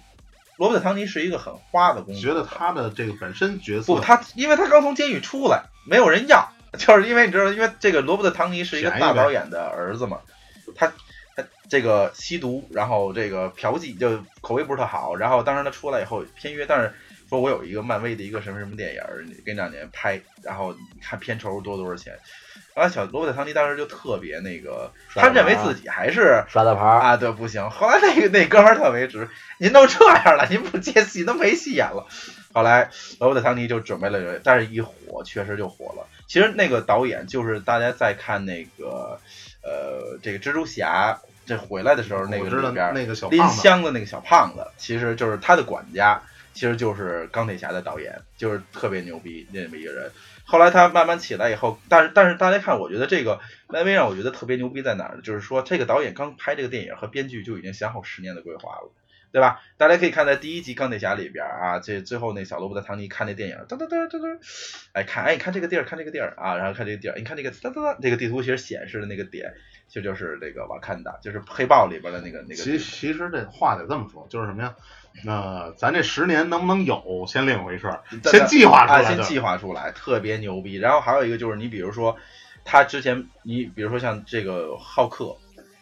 Speaker 1: 罗伯特·唐尼是一个很花的工作，
Speaker 2: 觉得他的这个本身角色
Speaker 1: 不，他因为他刚从监狱出来，没有人要，就是因为你知道，因为这个罗伯特·唐尼是一个
Speaker 2: 便宜
Speaker 1: 大
Speaker 2: 呗
Speaker 1: 导演的儿子嘛，他他这个吸毒，然后这个嫖妓，就口味不是特好，然后当时他出来以后片约，但是说我有一个漫威的一个什么什么电影儿，你跟两年拍，然后你看片酬多多少钱。然后小罗伯特·唐尼当时就特别那个，
Speaker 3: 耍
Speaker 1: 他认为
Speaker 2: 啊
Speaker 3: 大牌
Speaker 1: 自己还是
Speaker 3: 耍大牌儿，
Speaker 1: 啊，对，不行。后来那个那哥们儿特没直，您都这样了，您不接戏都没戏演了。后来罗伯特·唐尼就准备了，但是一火确实就火了。其实那个导演就是大家在看那个呃这个蜘蛛侠这回来的时候，那
Speaker 2: 我
Speaker 1: 个
Speaker 2: 知道
Speaker 1: 里边
Speaker 2: 那个小
Speaker 1: 拎
Speaker 2: 胖子，
Speaker 1: 箱子那个小胖子，其实就是他的管家，其实就是钢铁侠的导演，就是特别牛逼那么一个人。后来他慢慢起来以后，但是但是大家看，我觉得这个漫威让我觉得特别牛逼在哪儿呢？就是说这个导演刚拍这个电影和编剧就已经想好十年的规划了。对吧？大家可以看在第一集《钢铁侠》里边啊，这最后那小罗伯特·唐尼看那电影，噔噔噔噔噔，哎看，哎你看这个地儿，看这个地儿啊，然后看这个地儿，你看这个噔噔噔，这个地图其实显示的那个点，其实就是这个瓦坎达，就是黑豹里边的那个那个地图。
Speaker 2: 其其实这话得这么说，就是什么呀？那咱这十年能不能有，先另回事儿，
Speaker 1: 但
Speaker 2: 先计划出
Speaker 1: 啊，
Speaker 2: 来
Speaker 1: 先
Speaker 2: 就。
Speaker 1: 计划出来，特别牛逼。然后还有一个就是，你比如说，他之前你比如说像这个浩克，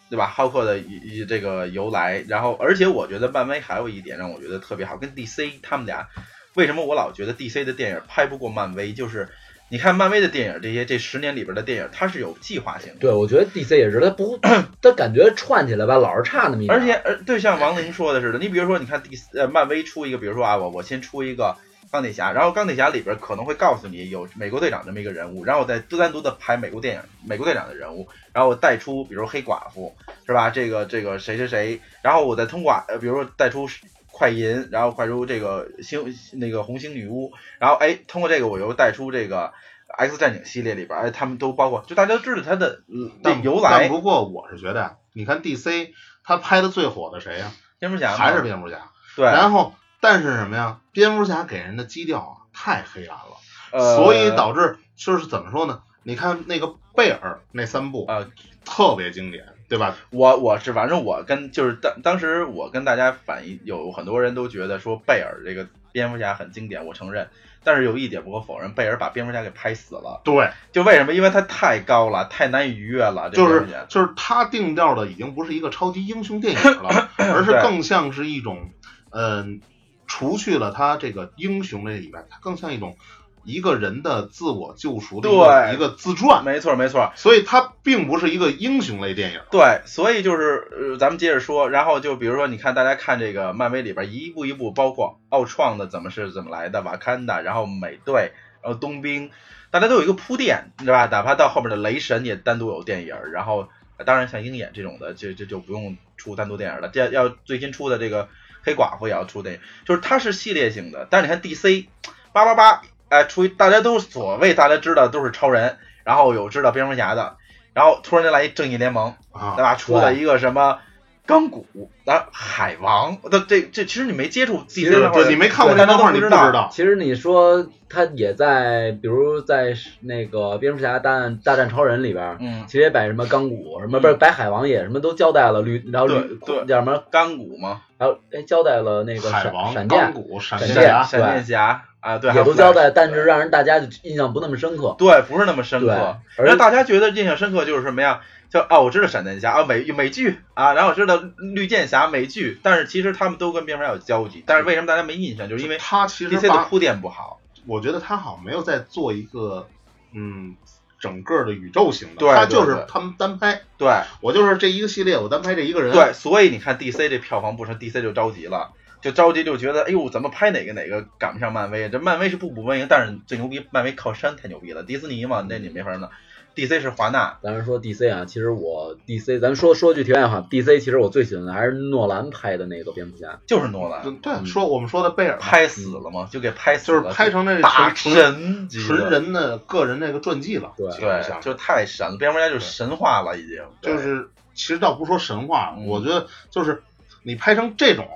Speaker 1: 对吧？浩克的一一这个由来，然后而且我觉得漫威还有一点让我觉得特别好，跟 DC 他们俩为什么我老觉得 DC 的电影拍不过漫威，就是你看漫威的电影这些这十年里边的电影，它是有计划性的。
Speaker 3: 对我觉得 DC 也是，他不，他感觉串起来吧，老是差那么一点儿。
Speaker 1: 而且，而对，像王林说的似的，你比如说，你看第四呃，漫威出一个，比如说啊，我我先出一个钢铁侠，然后钢铁侠里边可能会告诉你有美国队长这么一个人物，然后我再单单独的拍美国电影美国队长的人物，然后我带出比如黑寡妇是吧？这个这个谁谁谁，然后我再通过呃，比如说带出快银，然后快出这个星那个红星女巫，然后哎，通过这个我又带出这个。X 战警系列里边，哎，他们都包括，就大家都知道它的嗯那
Speaker 2: 但
Speaker 1: 由
Speaker 2: 但
Speaker 1: 来。
Speaker 2: 不过我是觉得啊，你看 DC 他拍的最火的谁呀、
Speaker 1: 蝙蝠侠嘛
Speaker 2: 还是蝙蝠侠。
Speaker 1: 啊对，
Speaker 2: 然后，但是什么呀？蝙蝠侠给人的基调啊，太黑暗了，
Speaker 1: 呃
Speaker 2: 所以导致就是怎么说呢？你看那个贝尔那三部
Speaker 1: 呃
Speaker 2: 特别经典，对吧？
Speaker 1: 我我是反正我跟就是当当时我跟大家反映，有很多人都觉得说贝尔这个蝙蝠侠很经典，我承认。但是有一点不可否认，贝尔把蝙蝠侠给拍死了。
Speaker 2: 对，
Speaker 1: 就为什么？因为他太高了，太难以逾越了。这
Speaker 2: 就是
Speaker 1: 蝙蝠侠
Speaker 2: 就是他定调的已经不是一个超级英雄电影 了，而是
Speaker 1: 对
Speaker 2: 更像是一种，嗯、除去了他这个英雄这以外，它更像一种一个人的自我救赎的一个
Speaker 1: 对
Speaker 2: 一个自传，
Speaker 1: 没错没错，
Speaker 2: 所以它并不是一个英雄类电影。
Speaker 1: 对，所以就是呃，咱们接着说，然后就比如说，你看大家看这个漫威里边一步一步，包括奥创的怎么是怎么来的，瓦坎达，然后美队，然后冬兵，大家都有一个铺垫，对吧？哪怕到后面的雷神也单独有电影儿，然后呃当然像鹰眼这种的，这这就不用出单独电影了。这要最新出的这个黑寡妇也要出电影，就是它是系列性的。但是你看 DC，八八八，哎，出于大家都所谓大家知道都是超人，然后有知道蝙蝠侠的，然后突然间来一正义联盟。
Speaker 2: 啊
Speaker 1: 对，吧？出了一个什么钢骨，啊，海王，那这这其实你没接触 DC
Speaker 3: 实
Speaker 1: 漫画，
Speaker 2: 对你没看过
Speaker 1: 大
Speaker 2: 这
Speaker 1: 家
Speaker 2: 漫
Speaker 1: 都
Speaker 2: 画，你
Speaker 1: 知
Speaker 2: 不
Speaker 1: 道。
Speaker 2: 道。
Speaker 3: 其实你说他也在，比如在那个蝙蝠侠大战大战超人里边儿，
Speaker 1: 嗯，
Speaker 3: 其实也把什么钢骨什么不是白海王也什么都交代了绿，然后绿
Speaker 1: 对对
Speaker 3: 叫什么，
Speaker 1: 钢骨嘛，
Speaker 3: 然后哎交代了那个
Speaker 2: 海
Speaker 3: 闪
Speaker 2: 王、
Speaker 3: 闪
Speaker 2: 钢
Speaker 3: 电
Speaker 2: 骨、闪
Speaker 3: 闪
Speaker 2: 电
Speaker 3: 电啊
Speaker 2: 侠，
Speaker 1: 闪电侠啊，对，还
Speaker 3: 也
Speaker 1: 有
Speaker 3: 都交代，
Speaker 1: Flash，
Speaker 3: 但是让人大家就印象不那么深刻。
Speaker 1: 对不是那么深
Speaker 3: 对
Speaker 1: 刻。，
Speaker 3: 而
Speaker 1: 让大家觉得印象深刻就是什么呀？就啊，我知道闪电侠啊，美美剧啊，然后我知道绿箭侠美剧，但是其实他们都跟蝙蝠侠有交集，但是为什么大家没印象？就是因为
Speaker 2: 他其实
Speaker 1: DC 的
Speaker 2: 把，
Speaker 1: 铺垫不好。
Speaker 2: 我觉得他好像没有在做一个，嗯，整个的宇宙型的，
Speaker 1: 对
Speaker 2: 他
Speaker 1: 对
Speaker 2: 就是
Speaker 1: 对
Speaker 2: 他们单拍，
Speaker 1: 对
Speaker 2: 我就是这一个系列，我单拍这一个人，
Speaker 1: 对，所以你看 DC 这票房不成，DC 就着急了，就着急就觉得，哎呦，咱们拍哪个哪个赶不上漫威？这漫威是步步为营，但是最牛逼，漫威靠山太牛逼了，迪士尼嘛，那你没法弄。DC 是华纳，
Speaker 3: 咱们说 DC 啊，其实我 DC，咱们说说句题外话，DC 其实我最喜欢的还是诺兰拍的那个蝙蝠侠，
Speaker 1: 就是诺兰，
Speaker 2: 对对，
Speaker 3: 嗯
Speaker 2: 说我们说的贝尔嘛，
Speaker 1: 拍死了嘛，就给拍死
Speaker 2: 就是
Speaker 1: 了，
Speaker 2: 拍成那
Speaker 1: 大
Speaker 2: 纯纯
Speaker 1: 神级的
Speaker 2: 纯人的个人那个传记了，
Speaker 3: 对
Speaker 2: 基本
Speaker 1: 对，
Speaker 2: 上
Speaker 1: 就是太神了，蝙蝠侠就是神话了已经，对
Speaker 2: 就是其实倒不说神话，
Speaker 1: 嗯
Speaker 2: 我觉得就是你拍成这种，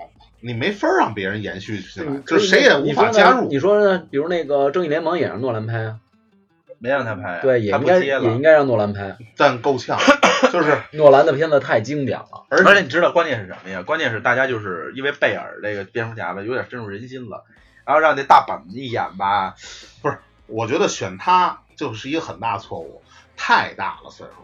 Speaker 2: 你没法让别人延续起来，
Speaker 3: 嗯
Speaker 2: 就是谁也无法加入
Speaker 3: 你。说呢？比如那个正义联盟也让诺兰拍啊，
Speaker 1: 没让他拍啊，
Speaker 3: 对，也
Speaker 1: 他
Speaker 3: 应
Speaker 1: 不
Speaker 3: 该
Speaker 1: 接
Speaker 3: 也应
Speaker 1: 了。
Speaker 3: 该让诺兰拍。
Speaker 2: 但够呛，就是
Speaker 3: 诺兰的片子太经典了，
Speaker 1: 而且
Speaker 2: 而
Speaker 1: 你知道关键是什么呀？关键是大家就是因为贝尔这个蝙蝠侠吧，有点深入人心了，然后让那大本一演吧，
Speaker 2: 我觉得选他就是一个很大错误，太大了岁数，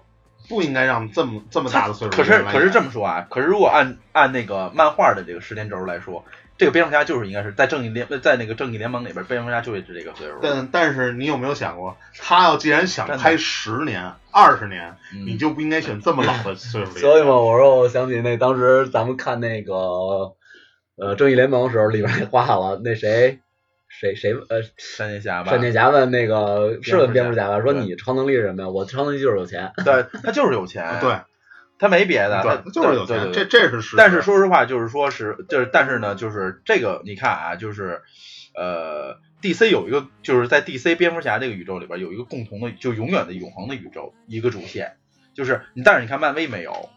Speaker 2: 不应该让这么这么大的岁数
Speaker 1: 可
Speaker 2: 的人
Speaker 1: 是
Speaker 2: 来演。
Speaker 1: 可是这么说啊，可是如果按按那个漫画的这个时间轴来说，这个蝙蝠侠就是应该是在正义联在那个正义联盟里边，蝙蝠侠就是这个岁数。
Speaker 2: 但但是你有没有想过，他要既然想
Speaker 1: 真的
Speaker 2: 拍十年、二十年，
Speaker 1: 嗯
Speaker 2: 你就不应该选这么老 的岁数的人。
Speaker 3: 所以嘛，我说我想起那当时咱们看那个呃正义联盟的时候，里边也画了那谁谁谁呃
Speaker 1: 闪电侠吧，
Speaker 3: 闪电侠问那个是问蝙蝠侠吧，说
Speaker 1: 对
Speaker 3: 你超能力是什么呀？我超能力就是有钱。
Speaker 1: 对他就是有钱，
Speaker 2: 哦对，
Speaker 1: 他没别的，
Speaker 2: 对，就是有钱，
Speaker 1: 对对对
Speaker 2: 这这是事实。
Speaker 1: 但是说实话，就是说是，就是但是呢，就是这个你看啊，就是呃，DC 有一个就是在 DC 蝙蝠侠这个宇宙里边有一个共同的，就永远的永恒的宇宙一个主线，就是你但是你看漫威没有，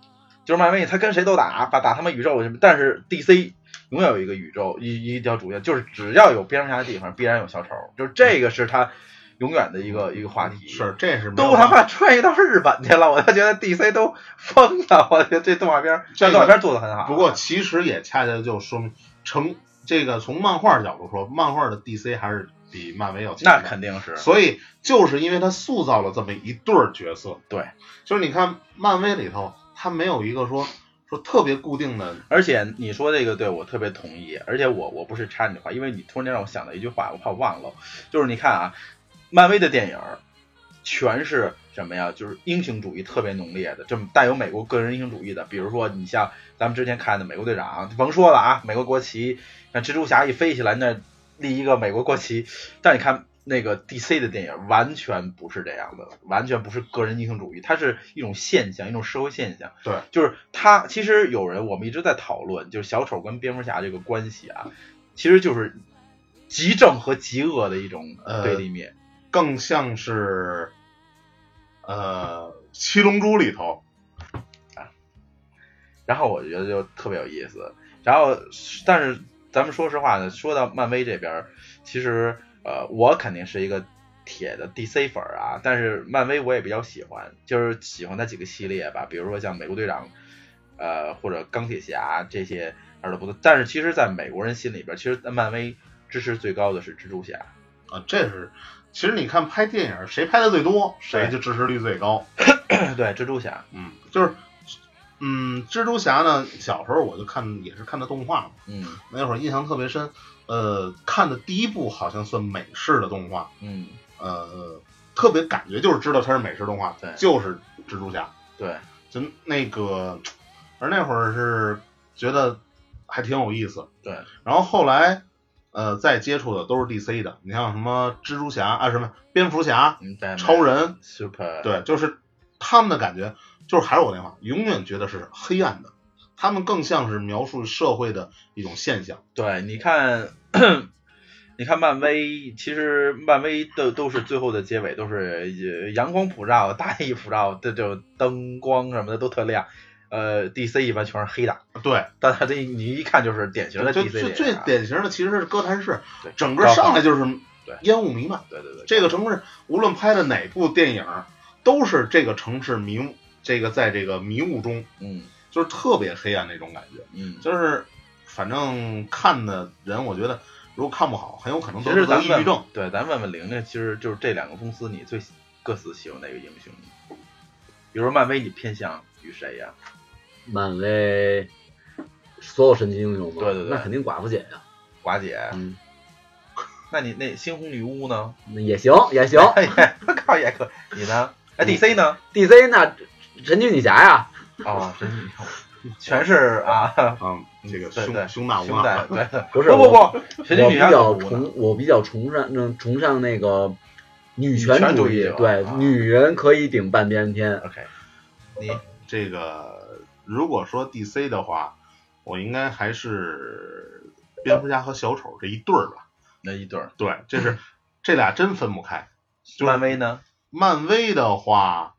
Speaker 1: 就是漫威他跟谁都打，把打他们宇宙什么，但是 DC。永远有一个宇宙，一一条主线，就是只要有蝙蝠侠的地方，必然有小丑，就是这个是他永远的一个一个话题。
Speaker 2: 是这是没有
Speaker 1: 都他
Speaker 2: 办法
Speaker 1: 妈穿越到日本去了，我就觉得 DC 都疯了。我觉得这动画片儿，
Speaker 2: 这个
Speaker 1: 动画片儿做的很好。
Speaker 2: 不过其实也恰恰就说明成这个从漫画角度说，漫画的 DC 还是比漫威要强
Speaker 1: 那
Speaker 2: 的。
Speaker 1: 肯定是，
Speaker 2: 所以就是因为他塑造了这么一对儿角色，
Speaker 1: 对，
Speaker 2: 就是你看漫威里头，他没有一个说说特别固定的，
Speaker 1: 而且你说这个对我特别同意，而且我我不是插你的话，因为你突然间让我想到一句话，我怕我忘了，就是你看啊，漫威的电影儿全是什么呀？就是英雄主义特别浓烈的，这么带有美国个人英雄主义的，比如说你像咱们之前看的《美国队长》，甭说了啊，美国国旗，那蜘蛛侠一飞起来那立一个美国国旗，但你看。那个 DC 的电影完全不是这样的，完全不是个人英雄主义，它是一种现象，一种社会现象。
Speaker 2: 对，
Speaker 1: 就是他其实有人我们一直在讨论，就是小丑跟蝙蝠侠这个关系啊，其实就是极正和极恶的一种
Speaker 2: 呃
Speaker 1: 对立面。
Speaker 2: 更像是，呃，七龙珠里头，
Speaker 1: 然后我觉得就特别有意思。然后，但是咱们说实话呢，说到漫威这边儿，其实呃，我肯定是一个铁的 DC 粉儿啊，但是漫威我也比较喜欢，就是喜欢它几个系列吧，比如说像美国队长，呃，或者钢铁侠啊这些耳朵不错。但是其实，在美国人心里边儿，其实漫威支持最高的是蜘蛛侠。
Speaker 2: 啊，这是，其实你看拍电影，谁拍的最多，谁
Speaker 1: 对
Speaker 2: 就支持率最高。
Speaker 1: 对，蜘蛛侠，
Speaker 2: 嗯，就是，嗯，蜘蛛侠呢，小时候我就看，也是看的动画嘛，
Speaker 1: 嗯
Speaker 2: 那会儿印象特别深。呃，看的第一部好像算美式的动画，
Speaker 1: 嗯，
Speaker 2: 呃，特别感觉就是知道它是美式动画，
Speaker 1: 对
Speaker 2: 就是蜘蛛侠，
Speaker 1: 对，
Speaker 2: 就那个，而那会儿是觉得还挺有意思。
Speaker 1: 对，
Speaker 2: 然后后来，呃，再接触的都是 DC 的，你像什么蜘蛛侠啊，什么蝙蝠侠、
Speaker 1: 嗯，在
Speaker 2: 超人，
Speaker 1: Super，，
Speaker 2: 对，就是他们的感觉，就是还是我那话，永远觉得是黑暗的，他们更像是描述社会的一种现象。
Speaker 1: 对，你看， 你看漫威，其实漫威的都是最后的结尾都是呃阳光普照、大地普照，这就灯光什么的都特亮。呃，DC 一般全是黑的，
Speaker 2: 对，
Speaker 1: 但他这你一看就是典型的
Speaker 2: 就
Speaker 1: DC
Speaker 2: 最
Speaker 1: 脸
Speaker 2: 最
Speaker 1: 啊
Speaker 2: 典型的其实是哥谭市，
Speaker 1: 对
Speaker 2: 整个上来就是
Speaker 1: 对
Speaker 2: 烟雾弥漫。
Speaker 1: 对对对，
Speaker 2: 这个城市无论拍的哪部电影，都是这个城市迷雾，这个在这个迷雾中，
Speaker 1: 嗯
Speaker 2: 就是特别黑暗那种感觉。
Speaker 1: 嗯，
Speaker 2: 就是反正看的人，我觉得如果看不好，很有可能
Speaker 1: 其
Speaker 2: 得
Speaker 1: 实
Speaker 2: 得
Speaker 1: 咱
Speaker 2: 抑
Speaker 1: 问
Speaker 2: 郁症。
Speaker 1: 对，咱问问玲玲，其实就是这两个公司，你最喜各自喜欢哪个英雄？比如说漫威，你偏向于谁呀、
Speaker 3: 漫威所有神奇英雄嘛，
Speaker 1: 对对对
Speaker 3: 那肯定寡妇姐呀、
Speaker 1: 寡姐，
Speaker 3: 嗯，
Speaker 1: 那你那猩红女巫呢？
Speaker 3: 那也行 也行。
Speaker 1: 哎呀，我靠，也可你呢？哎
Speaker 3: 嗯
Speaker 1: ，DC 呢？
Speaker 3: DC 那神奇女侠呀，
Speaker 1: 啊，真是 全是啊，
Speaker 2: 啊，这个
Speaker 1: 对对
Speaker 2: 胸胸大无啊
Speaker 1: 兄弟
Speaker 2: 脑，，
Speaker 1: 对对，
Speaker 3: 不是
Speaker 1: 不
Speaker 3: 我
Speaker 1: 不不，神奇
Speaker 3: 我
Speaker 1: 女
Speaker 3: 比
Speaker 1: 侠
Speaker 3: 较
Speaker 1: 怎么呢？
Speaker 3: 崇我比较崇尚嗯崇尚那个女
Speaker 1: 权
Speaker 3: 权
Speaker 1: 主
Speaker 3: 义
Speaker 1: 义者，
Speaker 3: 对，
Speaker 1: 啊
Speaker 3: 女人可以顶半边天。
Speaker 1: OK，你
Speaker 2: 这个如果说 DC 的话，我应该还是蝙蝠侠和小丑这一对儿吧。
Speaker 1: 那一对儿，
Speaker 2: 对，这 是这俩真分不开。就是
Speaker 1: 漫威呢？
Speaker 2: 漫威的话，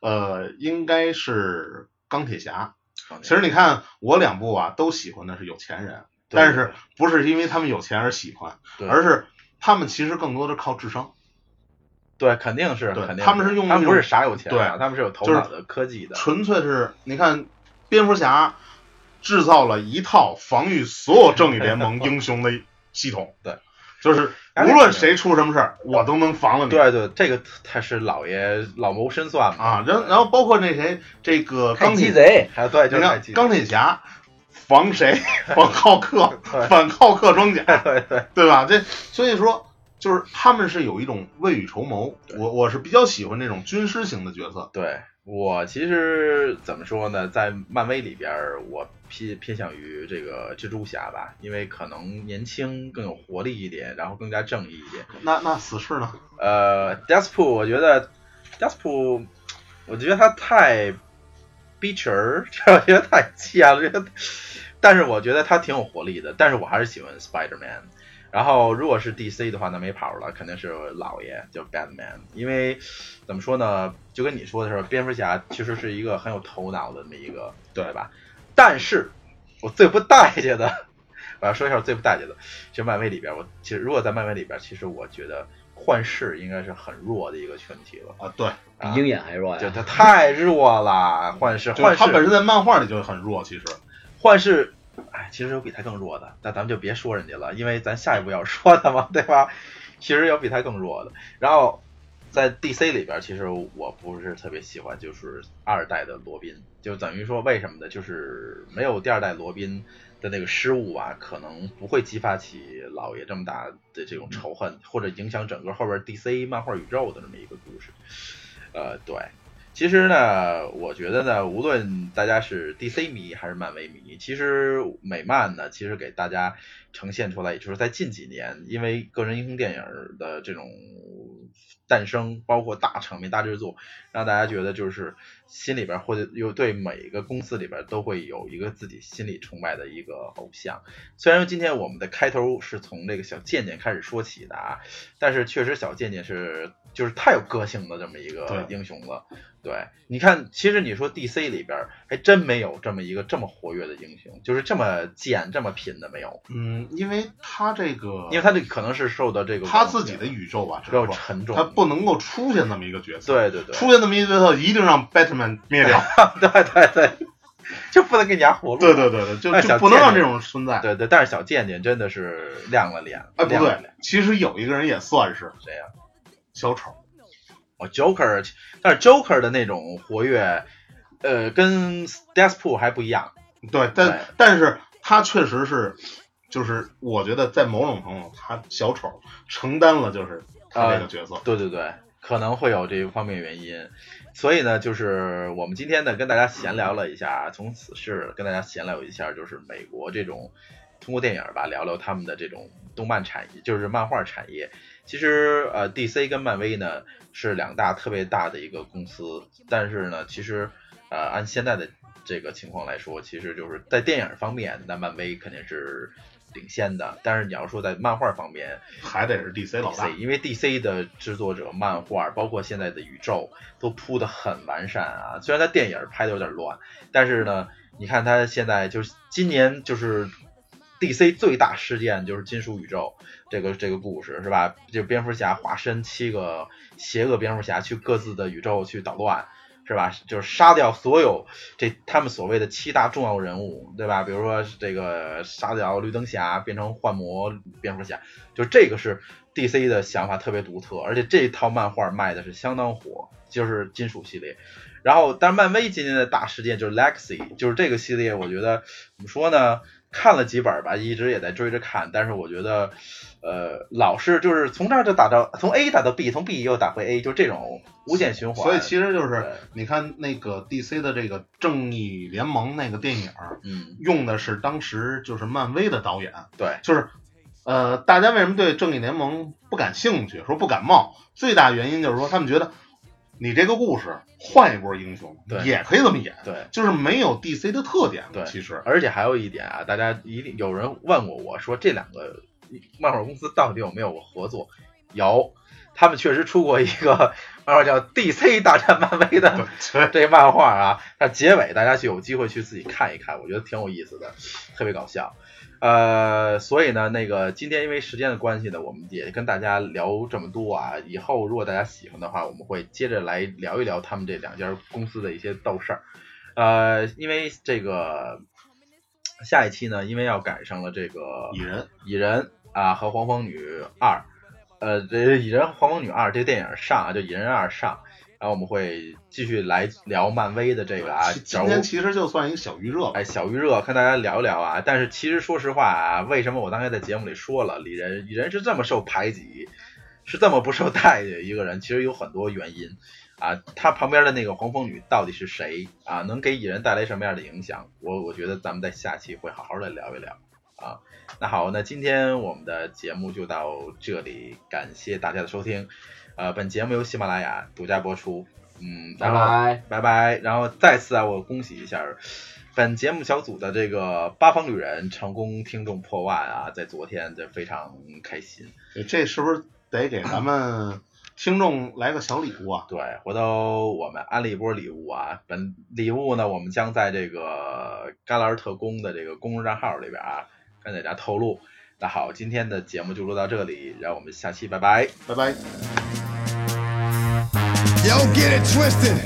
Speaker 2: 呃，应该是钢铁侠。其实你看，我两部啊都喜欢的是有钱人，
Speaker 1: 对
Speaker 2: 但是不是因为他们有钱而喜欢，
Speaker 1: 对
Speaker 2: 而是他们其实更多的靠智商。
Speaker 1: 对，肯定是，
Speaker 2: 对
Speaker 1: 肯定
Speaker 2: 他们是用
Speaker 1: 他们
Speaker 2: 那
Speaker 1: 不
Speaker 2: 种
Speaker 1: 是傻有钱啊，
Speaker 2: 对
Speaker 1: 他们是有头
Speaker 2: 就是
Speaker 1: 脑的科技的，
Speaker 2: 纯粹是你看蝙蝠侠制造了一套防御所有正义联盟英雄的系统，
Speaker 1: 对，
Speaker 2: 就是无论谁出什么事儿，我都能防了你。
Speaker 1: 对对，这个他是老爷老谋深算嘛
Speaker 2: 啊，然然后包括那谁，这个
Speaker 3: 看
Speaker 2: 钢
Speaker 3: 鸡
Speaker 2: 铁，
Speaker 3: 贼，
Speaker 1: 啊，对，就
Speaker 2: 你
Speaker 1: 是太
Speaker 2: 看
Speaker 1: 激
Speaker 2: 钢铁侠 防谁？防浩克，
Speaker 1: 对
Speaker 2: 反浩克装甲，
Speaker 1: 对对
Speaker 2: 对吧？这所以说。就是他们是有一种未雨绸缪，
Speaker 1: 对
Speaker 2: 我我是比较喜欢这种军师型的角色，
Speaker 1: 对。我其实怎么说呢，在漫威里边儿，我偏偏向于这个蜘蛛侠吧，因为可能年轻更有活力一点，然后更加正义一点。
Speaker 2: 那那死侍呢？
Speaker 1: 呃，Despo，我觉得 Despo，我觉得他太逼群儿， 我觉得太贱了。这个但是我觉得他挺有活力的，但是我还是喜欢 Spider Man。然后如果是 DC 的话，那没跑了，肯定是老爷，就 Batman。因为怎么说呢，就跟你说的时候，蝙蝠侠其实是一个很有头脑的那么一个，对吧？但是我最不待见的， 我要说一下我最不待见的，就漫威里边，我其实如果在漫威里边，其实我觉得幻视应该是很弱的一个群体了，
Speaker 2: 啊，对，
Speaker 3: 比鹰眼还弱
Speaker 1: 就
Speaker 3: 呀。
Speaker 1: 它太弱了。幻视，
Speaker 2: 就是
Speaker 1: 幻
Speaker 2: 他本
Speaker 1: 视，
Speaker 2: 身在漫画里就很弱，其实
Speaker 1: 幻视，哎，其实有比他更弱的，但咱们就别说人家了，因为咱下一步要说的嘛，对吧？其实有比他更弱的。然后在 DC 里边，其实我不是特别喜欢，就是二代的罗宾，就等于说为什么呢？就是没有第二代罗宾的那个失误啊，可能不会激发起老爷这么大的这种仇恨，或者影响整个后边 DC 漫画宇宙的这么一个故事。呃，对。其实呢，我觉得呢，无论大家是 DC 迷还是漫威迷，其实美漫呢，其实给大家呈现出来，也就是在近几年，因为个人英雄电影的这种诞生，包括大场面、大制作，让大家觉得就是心里边或者又对每一个公司里边都会有一个自己心里崇拜的一个偶像。虽然说今天我们的开头是从这个小贱贱开始说起的啊，但是确实小贱贱是就是太有个性的这么一个
Speaker 2: 对
Speaker 1: 英雄了。对，你看，其实你说 DC 里边儿还真没有这么一个这么活跃的英雄，就是这么贱、这么拼的没有，
Speaker 2: 嗯，因为他这个，
Speaker 1: 因为他这可能是受到这个
Speaker 2: 嗯他自己的宇宙吧，
Speaker 1: 比
Speaker 2: 只
Speaker 1: 较
Speaker 2: 能
Speaker 1: 沉重，
Speaker 2: 说他不能够出现这么一个角色，
Speaker 1: 对对对，
Speaker 2: 出现这么一个角色，一定让 Batman 灭掉。
Speaker 1: 对对对， 就不能给你家活路，
Speaker 2: 对对对对，就
Speaker 1: 哎
Speaker 2: 就
Speaker 1: 小
Speaker 2: 不能
Speaker 1: 贱
Speaker 2: 让这
Speaker 1: 人
Speaker 2: 种存在。
Speaker 1: 对对，但是小贱贱真的是亮了脸，
Speaker 2: 哎，不
Speaker 1: 亮了
Speaker 2: 对
Speaker 1: 脸，，
Speaker 2: 其实有一个人也算是
Speaker 1: 谁呀、
Speaker 2: 小丑，
Speaker 1: 哦，Joker，但是 Joker 的那种活跃，呃，跟 Deathpool 还不一样，
Speaker 2: 对，但
Speaker 1: 对
Speaker 2: 但是他确实是，就是我觉得在某种程度，他小丑承担了就是他
Speaker 1: 呃
Speaker 2: 这个角色。
Speaker 1: 对对对，可能会有这方面原因。所以呢，就是我们今天呢跟大家闲聊了一下，从此事跟大家闲聊一下，就是美国这种通过电影吧聊聊他们的这种动漫产业，就是漫画产业。其实呃，DC 跟漫威呢是两大特别大的一个公司，但是呢，其实呃按现在的这个情况来说，其实就是在电影方面，那漫威肯定是领先的，但是你要说在漫画方面，
Speaker 2: 还得是 DC 老大
Speaker 1: DC，因为 DC 的制作者、漫画，包括现在的宇宙，都铺得很完善啊。虽然它电影拍的有点乱，但是呢，你看它现在就是今年就是 DC 最大事件就是金属宇宙这个这个故事是吧？就蝙蝠侠化身七个邪恶蝙蝠侠去各自的宇宙去捣乱。是吧？就是杀掉所有这他们所谓的七大重要人物，对吧？比如说这个杀掉绿灯侠，变成幻魔蝙蝠侠，就这个是 DC 的想法特别独特，而且这套漫画卖的是相当火，就是金属系列。然后，但是漫威今年的大事件就是 Lexi，就是这个系列，我觉得怎么说呢？看了几本吧，一直也在追着看，但是我觉得，呃，老是就是从这儿就打到从 A 打到 B，从 B 又打回 A，就这种无限循环。
Speaker 2: 所以其实就是
Speaker 1: 对
Speaker 2: 你看那个 DC 的这个正义联盟那个电影儿，
Speaker 1: 嗯，
Speaker 2: 用的是当时就是漫威的导演，
Speaker 1: 对，
Speaker 2: 就是呃，大家为什么对正义联盟不感兴趣，说不感冒？最大原因就是说他们觉得你这个故事换一波英雄
Speaker 1: 对
Speaker 2: 也可以这么演，
Speaker 1: 对。
Speaker 2: 就是没有 DC 的特点了
Speaker 1: 对
Speaker 2: 其 实
Speaker 1: 而且还有一点啊，大家一定有人问过我说，这两个漫画公司到底有没有合作？有，他们确实出过一个漫画叫《DC 大战漫威》的
Speaker 2: 对，
Speaker 1: 这漫画啊，那结尾大家去有机会去自己看一看，我觉得挺有意思的，特别搞笑。呃，所以呢，那个今天因为时间的关系呢，我们也跟大家聊这么多啊。以后如果大家喜欢的话，我们会接着来聊一聊他们这两家公司的一些斗事儿。呃，因为这个下一期呢，因为要赶上了这个
Speaker 2: 蚁人
Speaker 1: 蚁人啊和黄蜂女二，呃，这蚁人和黄蜂女二这个电影上啊，就蚁人二上，然后我们会继续来聊漫威的这个啊，
Speaker 2: 其
Speaker 1: 角
Speaker 2: 今
Speaker 1: 物
Speaker 2: 天其实就算一个小预热吧，
Speaker 1: 哎小预热，跟大家聊一聊啊。但是其实说实话啊，为什么我刚才在节目里说了，蚁人蚁人是这么受排挤，是这么不受待见的一个人，其实有很多原因。啊，他旁边的那个黄蜂女到底是谁啊？能给蚁人带来什么样的影响？我我觉得咱们在下期会好好的聊一聊啊。那好，那今天我们的节目就到这里，感谢大家的收听。呃，本节目由喜马拉雅独家播出。嗯，
Speaker 3: 拜
Speaker 1: 然后
Speaker 3: 拜。
Speaker 1: 拜拜。然后再次啊，我恭喜一下本节目小组的这个八方旅人成功听众破万啊，在昨天这非常开心。
Speaker 2: 这是不是得给咱们听众来个小礼物啊？
Speaker 1: 对，回头我们安利一波礼物啊，本礼物呢，我们将在这个甘蓝特工的这个公众账号里边啊，跟大家透露。那好，今天的节目就录到这里，让我们下期拜拜。
Speaker 2: 拜拜。
Speaker 4: Don't get it twisted.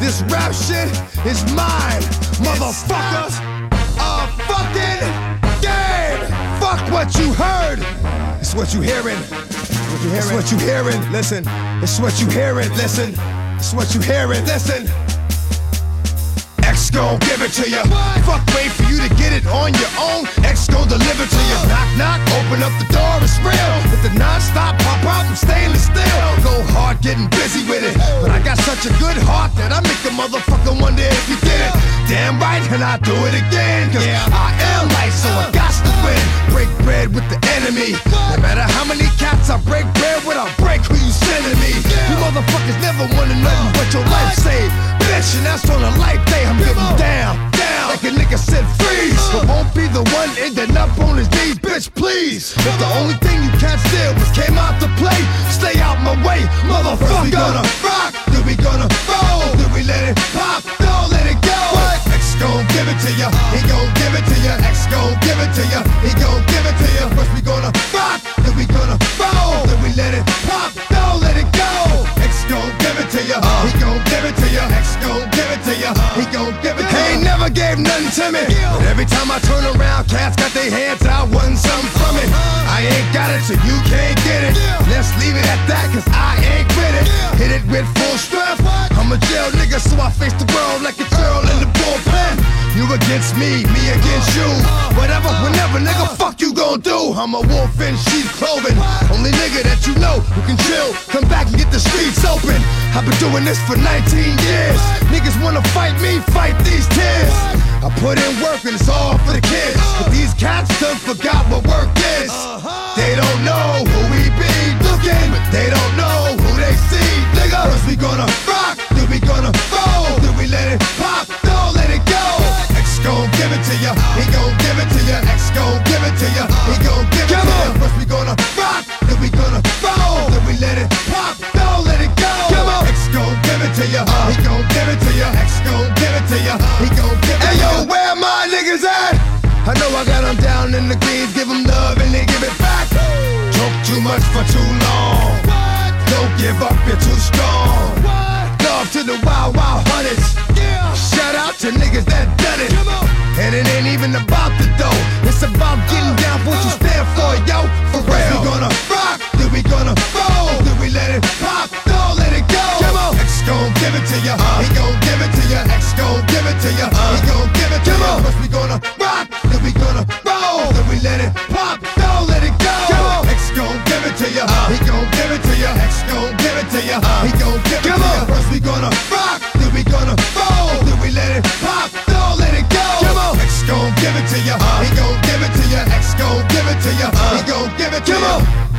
Speaker 4: This rap shit is mine, motherfuckers. A fucking game. Fuck what you heard. It's what you hearing. It's what you hearing. Listen. It's what you hearing. Listen. It's what you hearing. Listen. X gon' give it to ya. Fuck, wait for you to get it on your own. X gon' deliver to ya. Knock, knock, open up the door, it's real. With the non-stop pop out, I'm stainless steel. Go hard, getting busy with it. But I got such a good heart that I make a motherfucker wonder if you did it. Damn right, and I do it again. Cause I am light, so I got to win. Break bread with the enemy. No matter how many cats I break bread with, I'll break who you sending me. You motherfuckers never wanna know what your life saved. Bitch, and that's on a life day. I'm getting down, down. Like a nigga said, freeze. But won't be the one ending up on his knees, bitch, please. If the only thing you cats did was came out to play, stay out my way, motherfucker. We gonna rock, then we gonna roll, then we let it pop, don't let it go. X gon' give it to ya, he gon' give it to ya. X gon' give it to ya, he gon' give it to ya. First we gonna rock, then we gonna roll, then we let it pop, don't let it go. X gon' give it to ya, he gon' give it to ya. X gon' give it to ya, he gon' give it to ya. He ain't never gave nothing to me. But every time I turn around, cats got their hands out, wanting something from it. I ain't got it, so you can't get it. Let's leave it at that, cause I ain't with it. Hit it with full strength. I'm a jail nigga, so I face the world like a girl in the bullpen. You against me, me against you. Whatever, whenever, nigga, fuck you gon' do. I'm a wolf in sheep's clothing. Only nigga that you know who can chill. Come back and get the streets open. I've been doing this for 19 years. Niggas wanna fight me, fight these tears. I put in work and it's all for the kids. But these cats done forgot what work is. They don't know who we be looking, but they don't know who they see. Nigga, first we gonna rock, then we gonna roll, then we let it pop, don't let it go. X gon' give it to ya, he gon' give it to ya. X gon' give it to ya, he gon' give it to ya. First we gonna rock, then we gonna roll, then we let it pop, don't let it go. Come on. X gon' give it to ya, he gon' give it to ya. X gon' give it to ya, he gon' give it to ya. Hey yo, where my niggas at? I know I got 'em down in the greens, give 'em love and they give it back. Talk too much for too long. Don't give up, you're too strong. Love to the wild, wild hunters. Shout out to niggas that done it. And it ain't even about the dough. It's about getting down for what you stand for, yo. For real. Uh, We gonna rock, then we gonna roll, then we let it pop, don't let it go. Come on. X gon' give it to ya. He gon' give it to ya. X gon' give it to ya. He gon' give it to ya. First we gonna rock, then we gonna He gon' give it to you. X gon' give it to you. He gon' give it to you. Uh. Uh.